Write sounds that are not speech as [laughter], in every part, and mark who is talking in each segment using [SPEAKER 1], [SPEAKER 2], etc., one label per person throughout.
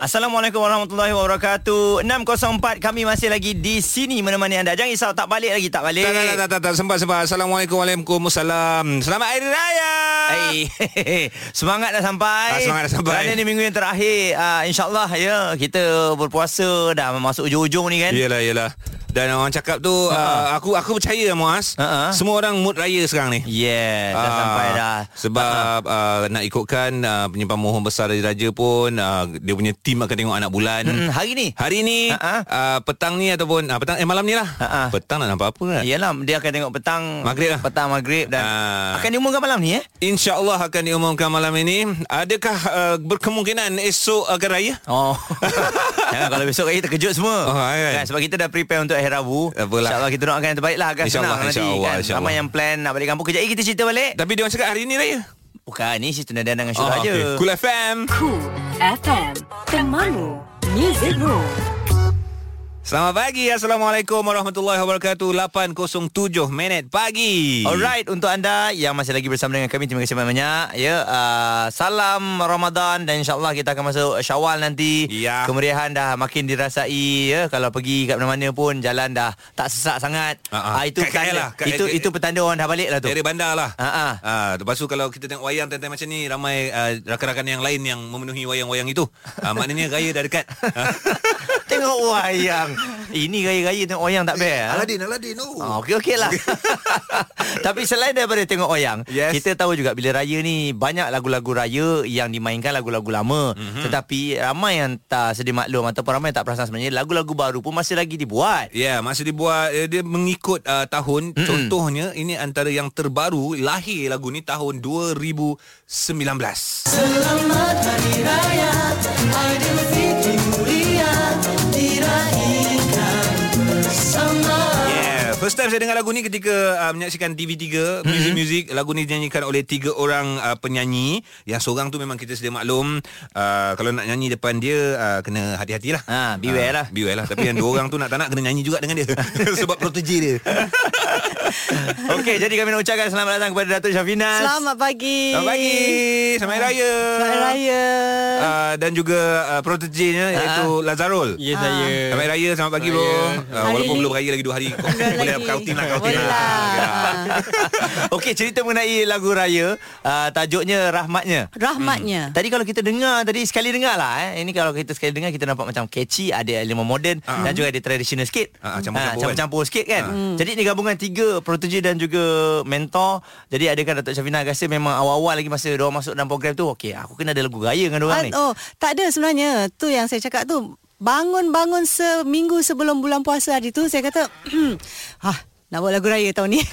[SPEAKER 1] Assalamualaikum warahmatullahi wabarakatuh 604 kami masih lagi di sini menemani anda Jangan risau tak balik lagi tak balik
[SPEAKER 2] Tak, tak, tak, tak, tak, tak. Sempat, sempat. Assalamualaikum, Waalaikumsalam. Selamat Hari Raya.
[SPEAKER 1] Hey, [laughs] semangat dah
[SPEAKER 2] Ah,
[SPEAKER 1] sampai
[SPEAKER 2] semangat dah sampai.
[SPEAKER 1] Kerana ni minggu yang terakhir uh, InsyaAllah ya Kita berpuasa Dah masuk hujung-hujung ni kan Ha.
[SPEAKER 2] Yelah, yelah. Dan orang cakap tu, uh, aku aku percaya Muaz,
[SPEAKER 1] Ha-ha.
[SPEAKER 2] semua orang mood raya sekarang ni.
[SPEAKER 1] Yeah Dah
[SPEAKER 2] Ah,
[SPEAKER 1] sampai dah
[SPEAKER 2] Sebab uh, nak ikutkan uh, penyimpan mohon besar dari Raja pun, uh, dia punya tim akan tengok anak bulan.
[SPEAKER 1] hmm, Hari ni
[SPEAKER 2] Hari ni,
[SPEAKER 1] Ha-ha.
[SPEAKER 2] uh, petang ni ataupun, uh, petang, eh malam ni lah.
[SPEAKER 1] Ha-ha.
[SPEAKER 2] Petang nak nampak apa kan?
[SPEAKER 1] Yelah dia akan tengok petang
[SPEAKER 2] Maghrib lah.
[SPEAKER 1] Petang maghrib dan
[SPEAKER 2] Ah.
[SPEAKER 1] Akan diumumkan malam ni eh
[SPEAKER 2] InsyaAllah akan diumumkan malam ini. Adakah uh, berkemungkinan esok akan raya?
[SPEAKER 1] Oh [laughs] Jangan kalau besok lagi terkejut semua
[SPEAKER 2] Oh, kan?
[SPEAKER 1] Sebab kita dah prepare untuk hari Rabu
[SPEAKER 2] Apalah.
[SPEAKER 1] InsyaAllah kita doakan yang terbaik lah Agak
[SPEAKER 2] Ya, InsyaAllah,
[SPEAKER 1] senang nanti
[SPEAKER 2] insyaAllah,
[SPEAKER 1] kan
[SPEAKER 2] insyaAllah.
[SPEAKER 1] Ramai yang plan nak balik kampung Kejap lagi kita cerita balik
[SPEAKER 2] Tapi dia orang cakap hari ni raya. Ah,
[SPEAKER 1] Bukan ni cerita Nada dengan Syurah oh, je
[SPEAKER 2] okey. Cool FM.
[SPEAKER 3] Cool FM, temanmu, muzikmu.
[SPEAKER 2] Selamat pagi. Assalamualaikum warahmatullahi wabarakatuh. 8.07 minit pagi.
[SPEAKER 1] Alright untuk anda yang masih lagi bersama dengan kami terima kasih banyak ya uh, salam Ramadan dan insyaallah kita akan masuk Syawal nanti
[SPEAKER 2] Ya.
[SPEAKER 1] kemeriahan dah makin dirasai ya kalau pergi kat mana-mana pun jalan dah tak sesak sangat
[SPEAKER 2] Ha, ha.
[SPEAKER 1] Ah, itu
[SPEAKER 2] Kat KL
[SPEAKER 1] petanda,
[SPEAKER 2] lah. Kat-
[SPEAKER 1] itu
[SPEAKER 2] kat-
[SPEAKER 1] itu petanda orang dah balik lah tu
[SPEAKER 2] Daerah bandar lah.
[SPEAKER 1] Ha, ha.
[SPEAKER 2] Ah, lepas tu kalau kita tengok wayang time-time macam ni ramai ah, rakan-rakan yang lain yang memenuhi wayang-wayang itu. Ah, maknanya raya dah dekat. Ah.
[SPEAKER 1] tengok wayang ini gaya-gaya tengok wayang tak best ha?
[SPEAKER 2] Aladin. Oh.
[SPEAKER 1] Oh, okey okey
[SPEAKER 2] [laughs]
[SPEAKER 1] lah. Tapi selain daripada tengok wayang,
[SPEAKER 2] Yes.
[SPEAKER 1] kita tahu juga bila raya ni banyak lagu-lagu raya yang dimainkan lagu-lagu lama.
[SPEAKER 2] Mhm.
[SPEAKER 1] Mm-hmm. Tetapi ramai yang tak sedia maklum ataupun ramai yang tak perasan sebenarnya lagu-lagu baru pun masih lagi dibuat.
[SPEAKER 2] Ya, yeah, masa dibuat eh, dia mengikut uh, tahun. Mm-mm. Contohnya ini antara yang terbaru lahir lagu ni tahun 2019. Yeah, First time saya dengar lagu ni ketika uh, menyaksikan TV3
[SPEAKER 1] Mm-hmm.
[SPEAKER 2] Music Music Lagu ni dinyanyikan oleh tiga orang uh, penyanyi Yang seorang tu memang kita sedia maklum uh, Kalau nak nyanyi depan dia uh, Kena hati-hatilah
[SPEAKER 1] Ha, beware
[SPEAKER 2] Ah,
[SPEAKER 1] lah.
[SPEAKER 2] Beware lah Tapi yang dua orang tu nak tak nak Kena nyanyi juga dengan dia Sebab proteji dia
[SPEAKER 1] [laughs] okey, jadi kami nak ucapkan selamat datang kepada Datuk Syafinas.
[SPEAKER 4] Selamat pagi.
[SPEAKER 2] Selamat pagi Selamat Hari Raya
[SPEAKER 4] Selamat Hari Raya.
[SPEAKER 2] uh, Dan juga uh,
[SPEAKER 1] Ha,
[SPEAKER 2] protejinya Iaitu Lazarul
[SPEAKER 5] Ya saya
[SPEAKER 1] Ah.
[SPEAKER 2] Selamat Hari Raya, selamat pagi bro uh,
[SPEAKER 4] Hari
[SPEAKER 2] Walaupun
[SPEAKER 4] ni-
[SPEAKER 2] belum raya lagi dua hari kau-
[SPEAKER 4] Bulan
[SPEAKER 2] Boleh
[SPEAKER 4] lagi.
[SPEAKER 2] kautin lah kautin
[SPEAKER 4] Boleh
[SPEAKER 2] lah
[SPEAKER 4] lah.
[SPEAKER 1] [laughs] okey, cerita mengenai lagu raya, uh, tajuknya Rahmatnya.
[SPEAKER 4] Rahmatnya.
[SPEAKER 1] Tadi kalau kita dengar Tadi sekali dengar lah eh. Ini kalau kita sekali dengar Kita nampak macam catchy Ada elemen moden uh-huh. Dan juga ada traditional sikit
[SPEAKER 2] Ah, ah,
[SPEAKER 1] Ah,
[SPEAKER 2] campur-campur Ah. kan?
[SPEAKER 1] Campur-campur sikit kan uh-huh. Jadi ni gabungan tiga Protege dan juga mentor Jadi adakah Datuk Syafina rasa Memang awal-awal lagi Masa diorang masuk dalam program tu Okey aku kena ada lagu raya dengan diorang ni
[SPEAKER 4] Ah, Oh, tak ada sebenarnya. Tu yang saya cakap tu. Bangun-bangun seminggu sebelum bulan puasa hari tu saya kata, [clears throat] "Hah, nak buat lagu raya tahun ni." [laughs]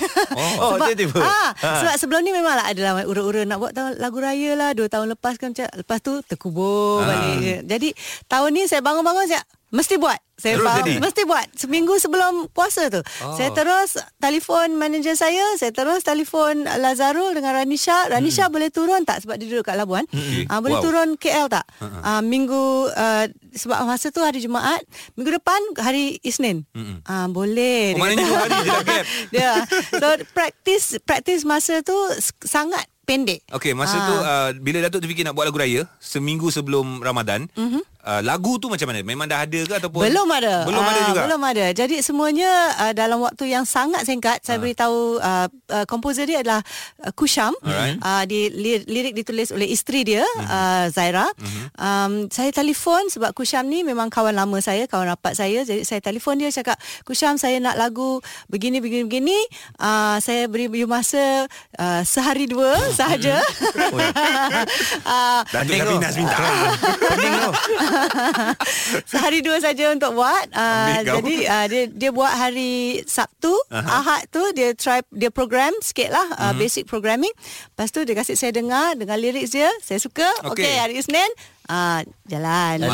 [SPEAKER 1] Oh, oh, tiba-tiba.
[SPEAKER 4] Ah,
[SPEAKER 1] Ha.
[SPEAKER 4] sebab sebelum ni memang lah adalah ura-ura nak buat tahun, lagu raya lah dua tahun lepas kan macam lepas tu terkubur balik. je. Jadi tahun ni saya bangun-bangun saya mesti buat. Saya
[SPEAKER 2] Terus
[SPEAKER 4] faham,
[SPEAKER 2] jadi?
[SPEAKER 4] mesti buat seminggu sebelum puasa tu. Oh. Saya terus telefon manager saya, saya terus telefon Lazarul dengan Ranisha. Ranisha boleh turun tak sebab dia duduk kat Labuan?
[SPEAKER 2] Hmm.
[SPEAKER 4] Ah, boleh
[SPEAKER 2] Wow.
[SPEAKER 4] turun turun KL tak?
[SPEAKER 2] Ha,
[SPEAKER 4] Uh-huh. Uh, minggu uh, sebab masa tu hari Jumaat, minggu depan hari Isnin. Uh-huh. Uh, boleh.
[SPEAKER 2] Oh, maknanya dua hari je dah gap.
[SPEAKER 4] [laughs] Ya. So practice practice masa tu s- sangat pendek.
[SPEAKER 2] Okey, masa
[SPEAKER 4] Ah.
[SPEAKER 2] tu uh, bila Datuk terfikir nak buat lagu raya seminggu sebelum Ramadan,
[SPEAKER 4] mhm.
[SPEAKER 2] mm-hmm. uh, lagu tu macam mana? Memang dah ada ke ataupun
[SPEAKER 4] Belum ada.
[SPEAKER 2] Belum ada
[SPEAKER 4] Ah,
[SPEAKER 2] juga.
[SPEAKER 4] Belum ada. Jadi semuanya uh, dalam waktu yang sangat singkat.
[SPEAKER 2] Ah.
[SPEAKER 4] Saya beritahu uh, uh, komposer dia adalah uh, Kusham.
[SPEAKER 2] Alright. Mhm.
[SPEAKER 4] Uh, di li, lirik ditulis oleh isteri dia uh, Zaira. Um, saya telefon sebab Kusham ni memang kawan lama saya, kawan rapat saya. Jadi saya telefon dia cakap, "Kusham, saya nak lagu begini begini begini. Uh, saya beri you masa uh, sehari dua
[SPEAKER 2] [laughs]
[SPEAKER 4] sahaja." [laughs] uh,
[SPEAKER 2] Datuk
[SPEAKER 1] Pening tu.
[SPEAKER 2] Sabinas minta.
[SPEAKER 5] Ah,
[SPEAKER 1] Pening tu
[SPEAKER 4] [laughs] Sehari dua saja untuk buat. Uh,
[SPEAKER 2] Ambil kau.
[SPEAKER 4] jadi uh, dia dia buat hari Sabtu, Ahad tu dia try dia program sikit lah uh,
[SPEAKER 2] Mhm.
[SPEAKER 4] basic programming. Lepas tu dia kasih saya dengar dengan lirik dia, saya suka.
[SPEAKER 2] Okey.
[SPEAKER 4] Okey, okay, hari Isnin Ah, jalan. Kita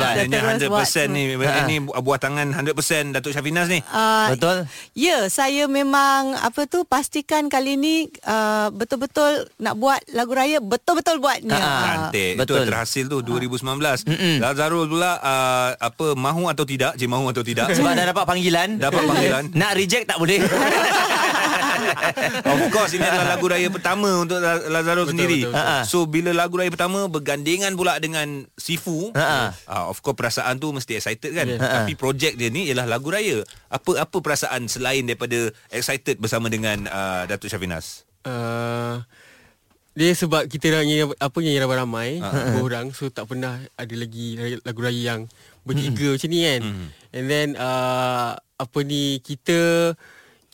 [SPEAKER 4] terus
[SPEAKER 2] Maknanya 100%
[SPEAKER 4] buat Ah. tu.
[SPEAKER 2] ni
[SPEAKER 1] Ha.
[SPEAKER 2] Ini bu- buah tangan 100% Datuk Syafinas ni
[SPEAKER 4] Ah,
[SPEAKER 1] Betul?
[SPEAKER 4] Ya, saya memang apa tu pastikan kali ni uh, betul-betul nak buat lagu raya betul-betul buat ni.
[SPEAKER 1] Ah,
[SPEAKER 4] Ah,
[SPEAKER 2] Cantik Betul
[SPEAKER 1] Betul.
[SPEAKER 2] Itu terhasil tu 2019 Lazarul pula uh, Apa Mahu atau tidak Cik mahu atau tidak
[SPEAKER 1] Ya. Sebab dah dapat panggilan
[SPEAKER 2] Dapat panggilan.
[SPEAKER 1] Nak reject tak boleh
[SPEAKER 2] [laughs] Of course Ini adalah lagu raya pertama Untuk La- Lazarus sendiri
[SPEAKER 1] betul, betul.
[SPEAKER 2] So bila lagu raya pertama Bergandengan pula dengan Sifu
[SPEAKER 1] Ha-ha.
[SPEAKER 2] uh, Of course perasaan tu Mesti excited kan
[SPEAKER 1] Ha,
[SPEAKER 2] Tapi projek dia ni Ialah lagu raya Apa-apa perasaan Selain daripada Excited bersama dengan uh, Datuk Syafinas
[SPEAKER 5] Uh, dia sebab kita orang nyanyi apa nyanyi ramai-ramai
[SPEAKER 1] Ah.
[SPEAKER 5] uh-huh. orang so tak pernah ada lagi lagu raya yang bertiga macam ni kan. And then uh, apa ni kita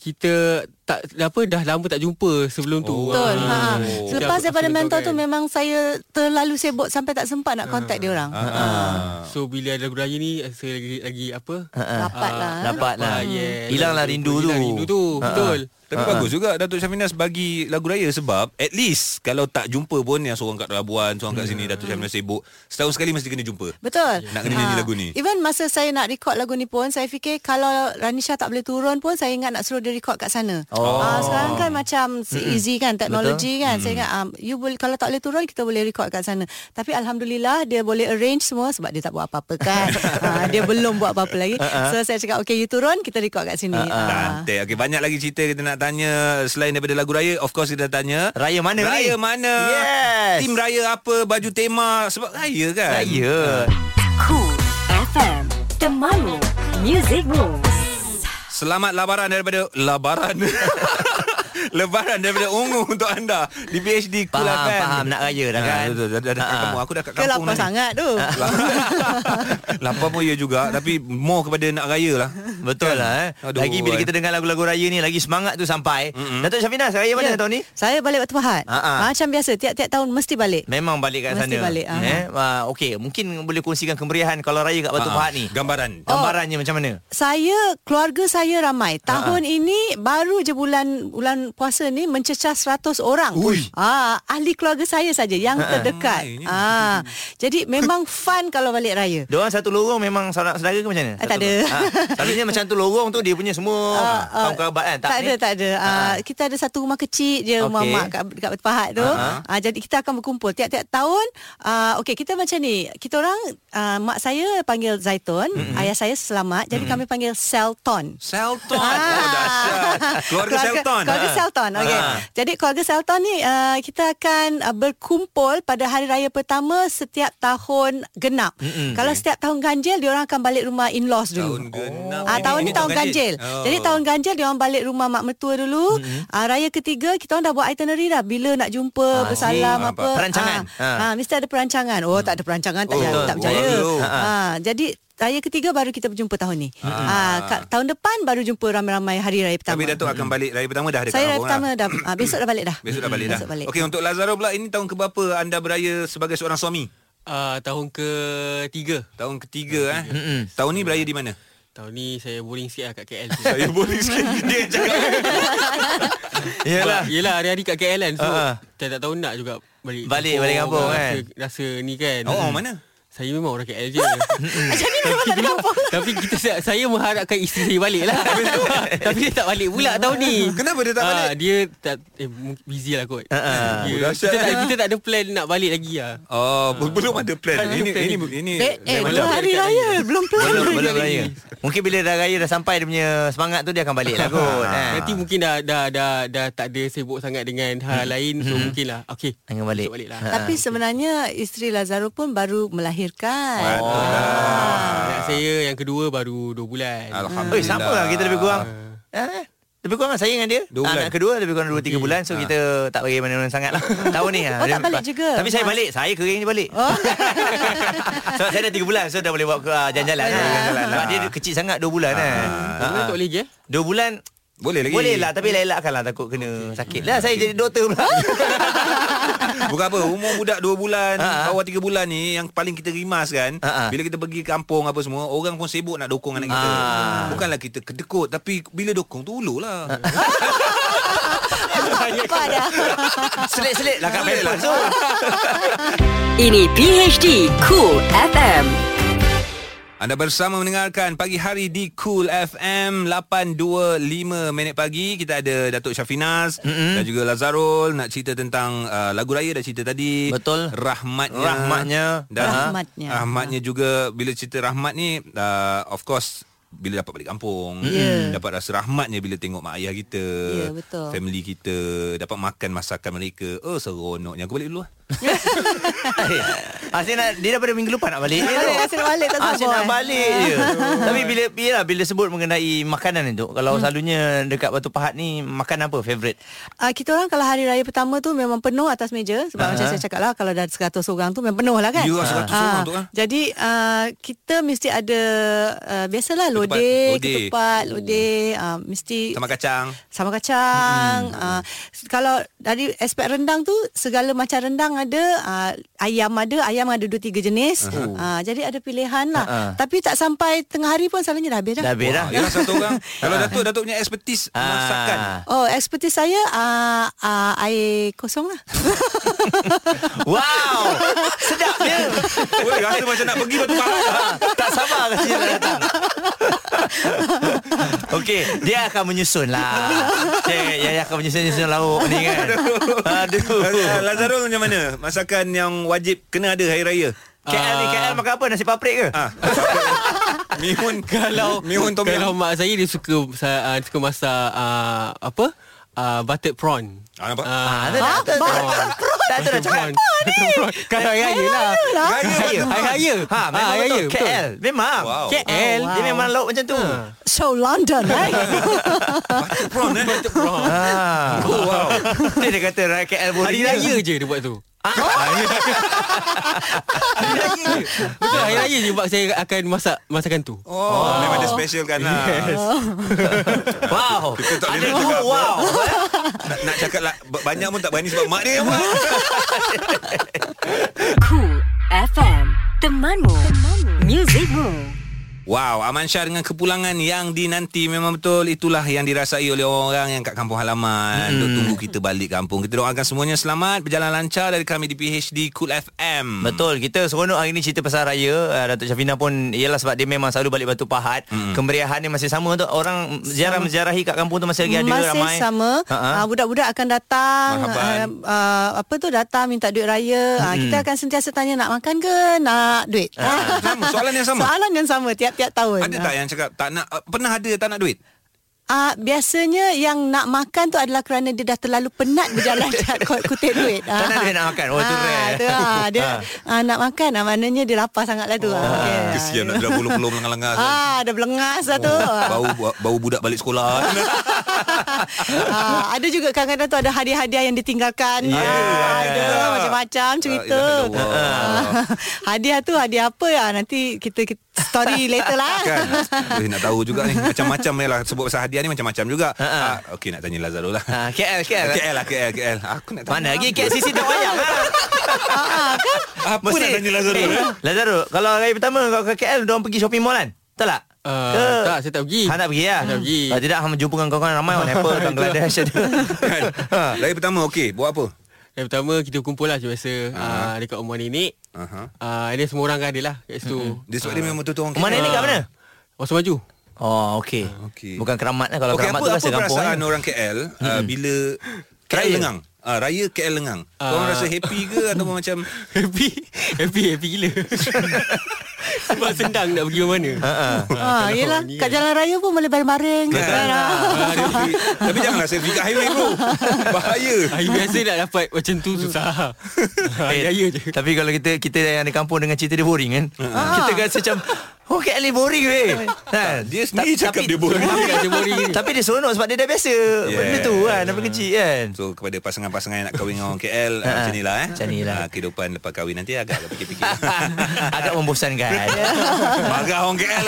[SPEAKER 5] kita tak apa dah lama tak jumpa sebelum tu.
[SPEAKER 1] Oh.
[SPEAKER 4] Betul. Ha.
[SPEAKER 5] Ah.
[SPEAKER 4] Selepas
[SPEAKER 5] Aku- aku
[SPEAKER 4] daripada
[SPEAKER 5] dah
[SPEAKER 4] mentor
[SPEAKER 5] tahu
[SPEAKER 4] tu
[SPEAKER 5] kan.
[SPEAKER 4] memang saya terlalu sibuk sampai tak sempat nak kontak dia
[SPEAKER 1] Ah.
[SPEAKER 4] orang.
[SPEAKER 5] Ah,
[SPEAKER 4] Ha.
[SPEAKER 2] uh.
[SPEAKER 5] So bila ada lagu raya ni saya lagi lagi apa?
[SPEAKER 4] Dapat lah. eh.
[SPEAKER 1] Dapat Ah, lah
[SPEAKER 5] yes.
[SPEAKER 1] Hilanglah rindu tu Ha,
[SPEAKER 5] Hilang rindu
[SPEAKER 4] [laughs]
[SPEAKER 5] tu. Betul.
[SPEAKER 2] Tapi uh-huh. bagus juga Datuk Syafinas bagi lagu raya sebab at least kalau tak jumpa pun yang seorang kat Labuan, seorang kat sini Datuk Syafinas sibuk, setahun sekali mesti kena jumpa.
[SPEAKER 4] Betul.
[SPEAKER 2] Nak kena nyanyi
[SPEAKER 4] Ah,
[SPEAKER 2] lagu ni.
[SPEAKER 4] Even masa saya nak record lagu ni pun saya fikir kalau Ranisha tak boleh turun pun saya ingat nak suruh dia record kat sana.
[SPEAKER 1] Oh.
[SPEAKER 4] Ah, sekarang kan macam easy kan teknologi kan. Saya ingat um, you boleh kalau tak boleh turun kita boleh record kat sana. Tapi alhamdulillah dia boleh arrange semua sebab dia tak buat apa-apa kan. Ah, dia belum buat apa-apa lagi. So saya cakap okay you turun kita record kat sini. Ah.
[SPEAKER 2] Cantik. Okey, banyak lagi cerita kita nak tanya selain daripada lagu raya. Of course kita tanya
[SPEAKER 1] Raya mana ni?
[SPEAKER 2] Raya mana?
[SPEAKER 1] Yes.
[SPEAKER 2] Tim raya apa? Baju tema sebab raya kan.
[SPEAKER 1] Raya
[SPEAKER 3] Cool FM Temanmu Music Rules
[SPEAKER 2] Selamat labaran daripada labaran. [laughs] Lebaran daripada Ungu untuk anda di PhD Kul
[SPEAKER 1] Faham,
[SPEAKER 2] FM.
[SPEAKER 1] faham. Nak raya dah kan?
[SPEAKER 2] Ha, betul, dah, dah, dah, kat
[SPEAKER 1] Ha.
[SPEAKER 2] kampung. Aku dah kat
[SPEAKER 4] Ke
[SPEAKER 2] kampung
[SPEAKER 4] lapar
[SPEAKER 2] dah ni.
[SPEAKER 4] sangat tu.
[SPEAKER 2] Lapar pun ya juga Tapi more kepada nak raya lah
[SPEAKER 1] Betul lah eh.
[SPEAKER 2] Aduh.
[SPEAKER 1] Lagi bila kita dengar lagu-lagu raya ni Lagi [laughs] semangat tu sampai mm-hmm. Datuk Syafinas Raya mana
[SPEAKER 4] Ya.
[SPEAKER 1] tahun ni?
[SPEAKER 4] Saya balik waktu Pahat.
[SPEAKER 1] Ah, ah.
[SPEAKER 4] Macam biasa tiap-tiap tahun mesti balik.
[SPEAKER 1] Memang balik kat
[SPEAKER 4] Mesti
[SPEAKER 1] sana
[SPEAKER 4] balik, ah.
[SPEAKER 1] eh? uh, Okay Mungkin boleh kongsikan kemeriahan Kalau raya kat Batu
[SPEAKER 2] Ha,
[SPEAKER 1] uh Pahat ni
[SPEAKER 4] Oh.
[SPEAKER 2] Gambaran
[SPEAKER 1] Gambarannya macam mana?
[SPEAKER 4] saya keluarga saya ramai.
[SPEAKER 1] Ha,
[SPEAKER 4] Tahun ini baru je bulan bulan puasa ni mencecah 100 orang.
[SPEAKER 1] Ui.
[SPEAKER 4] Ah,
[SPEAKER 1] Ha,
[SPEAKER 4] ahli keluarga saya saja yang terdekat. Ah. Jadi
[SPEAKER 1] [laughs]
[SPEAKER 4] memang fun kalau balik raya.
[SPEAKER 1] Diorang satu lorong memang saudara, saudara ke macam mana?
[SPEAKER 4] Ah, tak
[SPEAKER 1] Satu
[SPEAKER 4] ada.
[SPEAKER 1] lorong. Ah, Selalunya macam tu lorong tu dia punya semua
[SPEAKER 4] Ah, ah,
[SPEAKER 1] kaum kerabat kan?
[SPEAKER 4] tak
[SPEAKER 1] ni?
[SPEAKER 4] ada tak ada. Ah, kita ada satu rumah kecil je rumah
[SPEAKER 1] Okey.
[SPEAKER 4] mak kat dekat Batu Pahat tu.
[SPEAKER 1] Ah.
[SPEAKER 4] Ah, jadi kita akan berkumpul tiap-tiap tahun. Ah okey kita macam ni. Kita orang ah, mak saya panggil Zaitun, ayah saya Selamat. Jadi kami panggil Selton. Ah,
[SPEAKER 2] Selton Oh dahsyat Keluarga Selton
[SPEAKER 4] Keluarga
[SPEAKER 2] Ha.
[SPEAKER 4] Selton. Okey.
[SPEAKER 1] Ah.
[SPEAKER 4] Jadi keluarga Selton ni uh, kita akan uh, berkumpul pada hari raya pertama setiap tahun genap. Mm-hmm. Kalau setiap tahun ganjil diorang akan balik rumah in-laws dulu.
[SPEAKER 2] Tahun genap.
[SPEAKER 4] Ah
[SPEAKER 2] Ini-
[SPEAKER 4] tahun
[SPEAKER 2] ini
[SPEAKER 4] ni tahun ganjil.
[SPEAKER 2] Oh.
[SPEAKER 4] Jadi tahun ganjil diorang balik rumah mak mertua dulu. Mm-hmm. Uh, raya ketiga kita orang dah buat itinerary dah bila nak
[SPEAKER 2] Ah,
[SPEAKER 4] jumpa, bersalam
[SPEAKER 1] see.
[SPEAKER 4] apa.
[SPEAKER 1] Perancangan.
[SPEAKER 4] Ah,
[SPEAKER 1] Ah.
[SPEAKER 4] ah, mesti ada perancangan. Oh tak ada perancangan tak
[SPEAKER 2] Oh,
[SPEAKER 4] jadi
[SPEAKER 2] betul.
[SPEAKER 4] tak percaya.
[SPEAKER 2] Betul.
[SPEAKER 4] Ah, jadi raya ketiga baru kita berjumpa tahun ni. Ah kat- tahun depan baru jumpa ramai-ramai hari raya pertama.
[SPEAKER 2] Tapi Datuk akan
[SPEAKER 1] Hmm.
[SPEAKER 2] balik Raya pertama dah dekat
[SPEAKER 4] Saya dah
[SPEAKER 2] kampung
[SPEAKER 4] pertama
[SPEAKER 2] lah.
[SPEAKER 4] dah ah, Besok dah balik dah
[SPEAKER 2] Besok dah balik dah
[SPEAKER 4] Besok balik
[SPEAKER 2] Okey untuk Lazaro pula Ini tahun keberapa anda beraya Sebagai seorang suami
[SPEAKER 5] Uh, tahun ketiga.
[SPEAKER 2] Tahun ketiga eh Tahun ni beraya di mana
[SPEAKER 5] Tahun ni saya boring sikit lah kat KL.
[SPEAKER 2] [laughs] Saya boleh sikit
[SPEAKER 5] [laughs]
[SPEAKER 2] Dia cakap
[SPEAKER 1] Yelah
[SPEAKER 5] Yelah Yelah hari-hari kat KL kan So
[SPEAKER 1] Ah, ah.
[SPEAKER 5] uh-huh. Tak tahu nak juga Balik
[SPEAKER 1] Balik- balik kampung, kan?
[SPEAKER 5] rasa, rasa ni kan
[SPEAKER 2] Oh, orang mana?
[SPEAKER 5] Saya memang orang KL je Jadi memang tak ada kampung Tapi kita saya- Saya mengharapkan isteri saya balik lah [laughs] Tapi dia tak balik pula tahun ni
[SPEAKER 2] Kenapa dia tak
[SPEAKER 5] Ah,
[SPEAKER 2] balik?
[SPEAKER 5] Dia tak eh, mung- Busy lah kot
[SPEAKER 1] ah.
[SPEAKER 5] Dia-
[SPEAKER 2] Oh, dahsyat.
[SPEAKER 5] kita, tak, kita tak ada plan nak balik lagi lah
[SPEAKER 2] Oh, be- belum ada plan.
[SPEAKER 5] Belum
[SPEAKER 2] Ini
[SPEAKER 5] plan.
[SPEAKER 2] ini ini.
[SPEAKER 4] Eh, eh
[SPEAKER 2] lain
[SPEAKER 4] dua
[SPEAKER 2] macam.
[SPEAKER 4] hari raya Belum plan
[SPEAKER 1] belum, belum raya Mungkin bila dah raya dah sampai Dia punya semangat tu Dia akan balik lah kot
[SPEAKER 4] Ah.
[SPEAKER 1] eh.
[SPEAKER 5] Nanti mungkin dah, dah, dah, dah tak ada sibuk sangat dengan hal lain So mungkin lah Okay
[SPEAKER 1] Jangan balik.
[SPEAKER 5] Besok balik lah
[SPEAKER 2] Ah.
[SPEAKER 4] Tapi sebenarnya Isteri Lazaro pun baru melahirkan
[SPEAKER 2] Betul lah.
[SPEAKER 5] Anak saya yang kedua baru 2 bulan
[SPEAKER 2] Alhamdulillah.
[SPEAKER 1] Eh sama lah kita lebih kurang eh, Lebih kurang lah saya dengan dia
[SPEAKER 2] Dua bulan.
[SPEAKER 1] Anak kedua lebih kurang 2-3 bulan
[SPEAKER 5] Ah.
[SPEAKER 1] So kita tak bagi mana-mana sangat
[SPEAKER 4] [laughs]
[SPEAKER 1] lah Tahun ni
[SPEAKER 4] Oh, tak balik juga?
[SPEAKER 1] Tapi saya balik Saya
[SPEAKER 2] [laughs]
[SPEAKER 4] [laughs]
[SPEAKER 1] kering dia balik oh. Sebab saya dah 3 bulan So dah boleh buat keluar jalan-jalan
[SPEAKER 4] Ah,
[SPEAKER 1] kan.
[SPEAKER 4] ya.
[SPEAKER 1] Sebab dia kecil sangat 2 bulan kan
[SPEAKER 5] Sebenarnya tak Ah. boleh je
[SPEAKER 1] 2 bulan
[SPEAKER 2] Boleh lagi.
[SPEAKER 1] Boleh lah Tapi elak-elakkan lah Takut kena sakit Lah saya jadi doktor pula
[SPEAKER 2] [laughs] Bukan apa Umur budak 2 bulan
[SPEAKER 1] Ha, ha.
[SPEAKER 2] Bawah 3 bulan ni Yang paling kita rimas kan
[SPEAKER 1] Ha, ha.
[SPEAKER 2] Bila kita pergi kampung Apa semua Orang pun sibuk nak dokong anak kita
[SPEAKER 1] Ah.
[SPEAKER 2] Bukanlah kita kedekut Tapi bila dokong tu ulu lah
[SPEAKER 4] Apa dah?
[SPEAKER 1] [laughs] Selit-selit lah kat paper tu.
[SPEAKER 4] [laughs]
[SPEAKER 3] Ini PHD Cool FM.
[SPEAKER 2] Anda bersama mendengarkan pagi hari di Cool FM 8.25 minit pagi. Kita ada Datuk Syafinas mm-hmm. dan juga Lazarul nak cerita tentang uh, lagu raya dah cerita tadi.
[SPEAKER 1] Betul.
[SPEAKER 2] Rahmatnya.
[SPEAKER 1] Rahmatnya.
[SPEAKER 2] Dan
[SPEAKER 4] Rahmatnya. Ha.
[SPEAKER 2] Rahmatnya juga bila cerita rahmat ni uh, of course bila dapat balik kampung yeah. dapat rasa rahmatnya bila tengok mak ayah kita
[SPEAKER 4] Ya, betul.
[SPEAKER 2] family kita dapat makan masakan mereka oh seronoknya aku balik dulu lah
[SPEAKER 1] Asyik Eh, ah, nak Dia daripada minggu lepas nak balik dia tu.
[SPEAKER 4] Asyik- asyik nak balik, tak
[SPEAKER 2] Ah.
[SPEAKER 4] sabar,
[SPEAKER 1] Asyik nak
[SPEAKER 4] eh.
[SPEAKER 1] balik je Tapi bila Yelah bila sebut mengenai Makanan itu Kalau selalunya Dekat Batu Pahat ni Makan apa favourite
[SPEAKER 4] Uh, kita orang kalau hari raya pertama tu memang penuh atas meja sebab
[SPEAKER 1] Ah.
[SPEAKER 4] uh-huh. macam saya cakap lah kalau dah 100 orang tu memang penuh lah kan.
[SPEAKER 2] Ya, 100
[SPEAKER 4] Ah.
[SPEAKER 2] orang tu kan.
[SPEAKER 4] Jadi uh, kita mesti ada uh, biasalah
[SPEAKER 2] Ketupat,
[SPEAKER 4] lodeh,
[SPEAKER 2] lodeh. Oh.
[SPEAKER 4] ketupat, lodeh, uh, mesti
[SPEAKER 2] sama kacang
[SPEAKER 4] sama kacang. Hmm. Uh, kalau dari aspek rendang tu segala macam rendang ada, uh, ayam ada, ayam ada dua tiga jenis. Uh-huh.
[SPEAKER 1] Oh.
[SPEAKER 4] Uh, jadi ada pilihan lah.
[SPEAKER 1] Ah, ah.
[SPEAKER 4] Uh-huh. Tapi tak sampai tengah hari pun selalunya dah habis dah.
[SPEAKER 1] Dah habis dah
[SPEAKER 2] Wah, ya satu orang [laughs] kalau Datuk Datuk punya expertise masakan
[SPEAKER 1] Ah.
[SPEAKER 4] Oh, expertise saya uh, uh, air kosong lah.
[SPEAKER 1] [laughs]
[SPEAKER 4] [laughs]
[SPEAKER 1] Wow Sedap ya? dia
[SPEAKER 2] Weh, rasa macam nak pergi batu pahat
[SPEAKER 1] Ah, Tak sabar rasanya nak datang Okey Dia akan menyusun lah ya. Dia, dia akan menyusun-nyusun lauk ni kan
[SPEAKER 2] [laughs]
[SPEAKER 1] Aduh
[SPEAKER 2] Laz- Lazarul macam mana? Masakan yang wajib kena ada Hari Raya?
[SPEAKER 1] KL ni KL makan apa Nasi paprik ke
[SPEAKER 2] Ah.
[SPEAKER 5] [laughs]
[SPEAKER 2] Mihun
[SPEAKER 5] Kalau
[SPEAKER 2] Mihun tom
[SPEAKER 5] Kalau
[SPEAKER 2] yum.
[SPEAKER 5] mak saya dia suka uh, suka masak uh, apa? Uh, buttered prawn.
[SPEAKER 2] Ah, nampak?
[SPEAKER 5] Ah,
[SPEAKER 1] Ah, tu dah- tu- Tak tu dah cakap
[SPEAKER 5] Buttered prawn. Kalau hari raya lah.
[SPEAKER 2] Raya
[SPEAKER 5] Hari raya.
[SPEAKER 1] Ha, memang
[SPEAKER 5] Hari
[SPEAKER 1] betul.
[SPEAKER 5] raya, betul.
[SPEAKER 1] KL. Memang.
[SPEAKER 2] Wow.
[SPEAKER 1] KL.
[SPEAKER 4] Oh, wow. Ha.
[SPEAKER 1] Dia memang lauk macam tu.
[SPEAKER 4] So London, right?
[SPEAKER 1] [laughs]
[SPEAKER 2] Butter prawn eh
[SPEAKER 5] Prawn.
[SPEAKER 1] Ah.
[SPEAKER 2] Oh wow
[SPEAKER 1] [laughs] Dia, dia kata "Ra- KL boring.
[SPEAKER 5] Hari raya je dia buat tu. [laughs] Hari raya je. Betul hari raya je buat saya akan masak masakan tu.
[SPEAKER 2] Oh, memang ada special kan lah. [laughs]
[SPEAKER 1] Wow.
[SPEAKER 2] Kita tak boleh nak
[SPEAKER 1] Ada dua
[SPEAKER 2] cakap apa.
[SPEAKER 1] wow.
[SPEAKER 2] Nak, nak cakap lah, ba- banyak pun tak berani sebab mak dia yang buat.
[SPEAKER 3] [laughs] Cool FM. Temanmu. Temanmu. Musicmu.
[SPEAKER 2] Wow, Aman Syah dengan kepulangan yang dinanti memang betul itulah yang dirasai oleh orang-orang yang kat kampung halaman.
[SPEAKER 1] Hmm.
[SPEAKER 2] Duk tunggu kita balik kampung. Kita doakan semuanya selamat, berjalan lancar dari kami di PHD Cool FM.
[SPEAKER 1] Betul Kita seronok hari ni Cerita pasal raya uh, Datuk Syafina pun Ialah sebab dia memang Selalu balik Batu Pahat mm. Kemeriahan dia masih sama tu Orang ziarah-menziarahi Kat kampung tu Masih lagi ada
[SPEAKER 4] Masih
[SPEAKER 1] ramai
[SPEAKER 4] sama
[SPEAKER 1] Ha-ha.
[SPEAKER 4] uh, Budak-budak akan datang
[SPEAKER 2] Marhaban.
[SPEAKER 4] uh, uh, Apa tu datang minta duit raya uh, Kita akan sentiasa tanya nak makan ke nak duit
[SPEAKER 2] Ah, sama. Soalan yang sama?
[SPEAKER 4] Soalan yang sama tiap-tiap tahun Ah,
[SPEAKER 2] Ada tak yang cakap tak nak uh, pernah ada tak nak duit?
[SPEAKER 4] Uh, biasanya yang nak makan tu adalah kerana dia dah terlalu penat
[SPEAKER 2] [laughs]
[SPEAKER 4] berjalan kat kot- kutip duit.
[SPEAKER 1] Tak nak duit nak makan. Oh, tu
[SPEAKER 4] Ah,
[SPEAKER 1] rare.
[SPEAKER 4] tu ah, dia
[SPEAKER 1] Ah.
[SPEAKER 4] ah, nak makan ah, maknanya dia lapar sangatlah tu.
[SPEAKER 2] Oh.
[SPEAKER 4] Ah, okay.
[SPEAKER 2] Kesian nak bilang bulu-bulu melengah-lengah.
[SPEAKER 4] Ah, dah belengas lah tu.
[SPEAKER 2] Oh. Bau bau budak balik sekolah. [laughs]
[SPEAKER 4] ah, ada juga kadang-kadang tu ada hadiah-hadiah yang ditinggalkan.
[SPEAKER 2] Ya,
[SPEAKER 4] ah, ada
[SPEAKER 2] ya.
[SPEAKER 4] macam-macam cerita.
[SPEAKER 2] Ah, ilah, ilah, Allah.
[SPEAKER 4] Ah, [laughs] hadiah tu hadiah apa ya? Nanti kita, kita story later lah.
[SPEAKER 2] kan Boleh nak tahu juga ni Macam-macam ni lah Sebut pasal hadiah ni Macam-macam juga
[SPEAKER 1] Ah,
[SPEAKER 2] uh, Okey nak tanya Lazaro lah
[SPEAKER 1] ha, KL KL,
[SPEAKER 2] KL lah KL KL Aku nak tanya
[SPEAKER 1] Mana lagi KLCC tak payah lah
[SPEAKER 2] Apa nak
[SPEAKER 1] Mesti-
[SPEAKER 2] tanya Lazaro
[SPEAKER 1] Eh,
[SPEAKER 2] eh?
[SPEAKER 1] Lazarus Kalau hari pertama Kau ke KL Diorang pergi shopping mall kan Betul tak?
[SPEAKER 2] Eh,
[SPEAKER 5] Ah,
[SPEAKER 1] Ke?
[SPEAKER 5] tak, saya tak pergi.
[SPEAKER 1] Ha, tak pergi lah
[SPEAKER 5] Tak pergi.
[SPEAKER 1] Kalau tidak Hang jumpa dengan kawan-kawan ramai Orang Nepal Bangladesh ada
[SPEAKER 2] [laughs] Kan Lagi pertama okey Buat apa Ah.
[SPEAKER 5] Yang pertama kita kumpul lah macam biasa uh, dekat rumah nenek.
[SPEAKER 2] Aha.
[SPEAKER 5] Ah, dia semua orang kan ada lah kat situ. Ah.
[SPEAKER 2] Dia sebab dia memang betul-betul orang
[SPEAKER 1] Mana ni kat mana?
[SPEAKER 5] Masa maju.
[SPEAKER 1] Oh okey
[SPEAKER 2] Ah, okey.
[SPEAKER 1] Bukan keramat lah Kalau
[SPEAKER 2] Okey
[SPEAKER 1] keramat
[SPEAKER 2] apa,
[SPEAKER 1] tu
[SPEAKER 2] apa
[SPEAKER 1] rasa kampung
[SPEAKER 2] perasaan
[SPEAKER 1] kan?
[SPEAKER 2] orang KL uh, Bila KL
[SPEAKER 1] Raya. Ah.
[SPEAKER 2] Lengang Ah, Raya KL Lengang uh, Korang rasa happy
[SPEAKER 1] [laughs]
[SPEAKER 2] ke Atau macam
[SPEAKER 5] Happy Happy Happy
[SPEAKER 2] [laughs]
[SPEAKER 5] gila Sebab sedang nak pergi mana
[SPEAKER 2] Ha,
[SPEAKER 4] Ah, yelah, kat jalan raya pun boleh baring-baring.
[SPEAKER 2] Kan?
[SPEAKER 4] Kan?
[SPEAKER 5] lah.
[SPEAKER 4] Ah.
[SPEAKER 2] Ah, selfie. Tapi janganlah selfie kat highway bro Bahaya
[SPEAKER 5] Hari biasa nak dapat macam tu
[SPEAKER 1] [laughs]
[SPEAKER 5] susah Hari raya je
[SPEAKER 1] Eh, Tapi kalau kita Kita yang di kampung Dengan cerita dia boring kan
[SPEAKER 2] Ha.
[SPEAKER 1] Kita rasa macam Oh KL ni boring weh kan?
[SPEAKER 2] Dia sendiri
[SPEAKER 1] Ta-
[SPEAKER 2] cakap
[SPEAKER 1] tapi-
[SPEAKER 2] dia boring.
[SPEAKER 5] Tapi kat Jemori ni
[SPEAKER 1] Tapi dia seronok Sebab dia dah biasa Benda tu kan Dari kecil kan
[SPEAKER 2] So kepada pasangan-pasangan yang nak kahwin dengan orang
[SPEAKER 1] [laughs]
[SPEAKER 2] KL ah, Macam ni lah eh
[SPEAKER 1] Macam ni lah.
[SPEAKER 2] Ah, Kehidupan lepas kahwin nanti agak lah fikir-fikir
[SPEAKER 1] [laughs] Agak membosankan
[SPEAKER 2] [laughs] Marah orang KL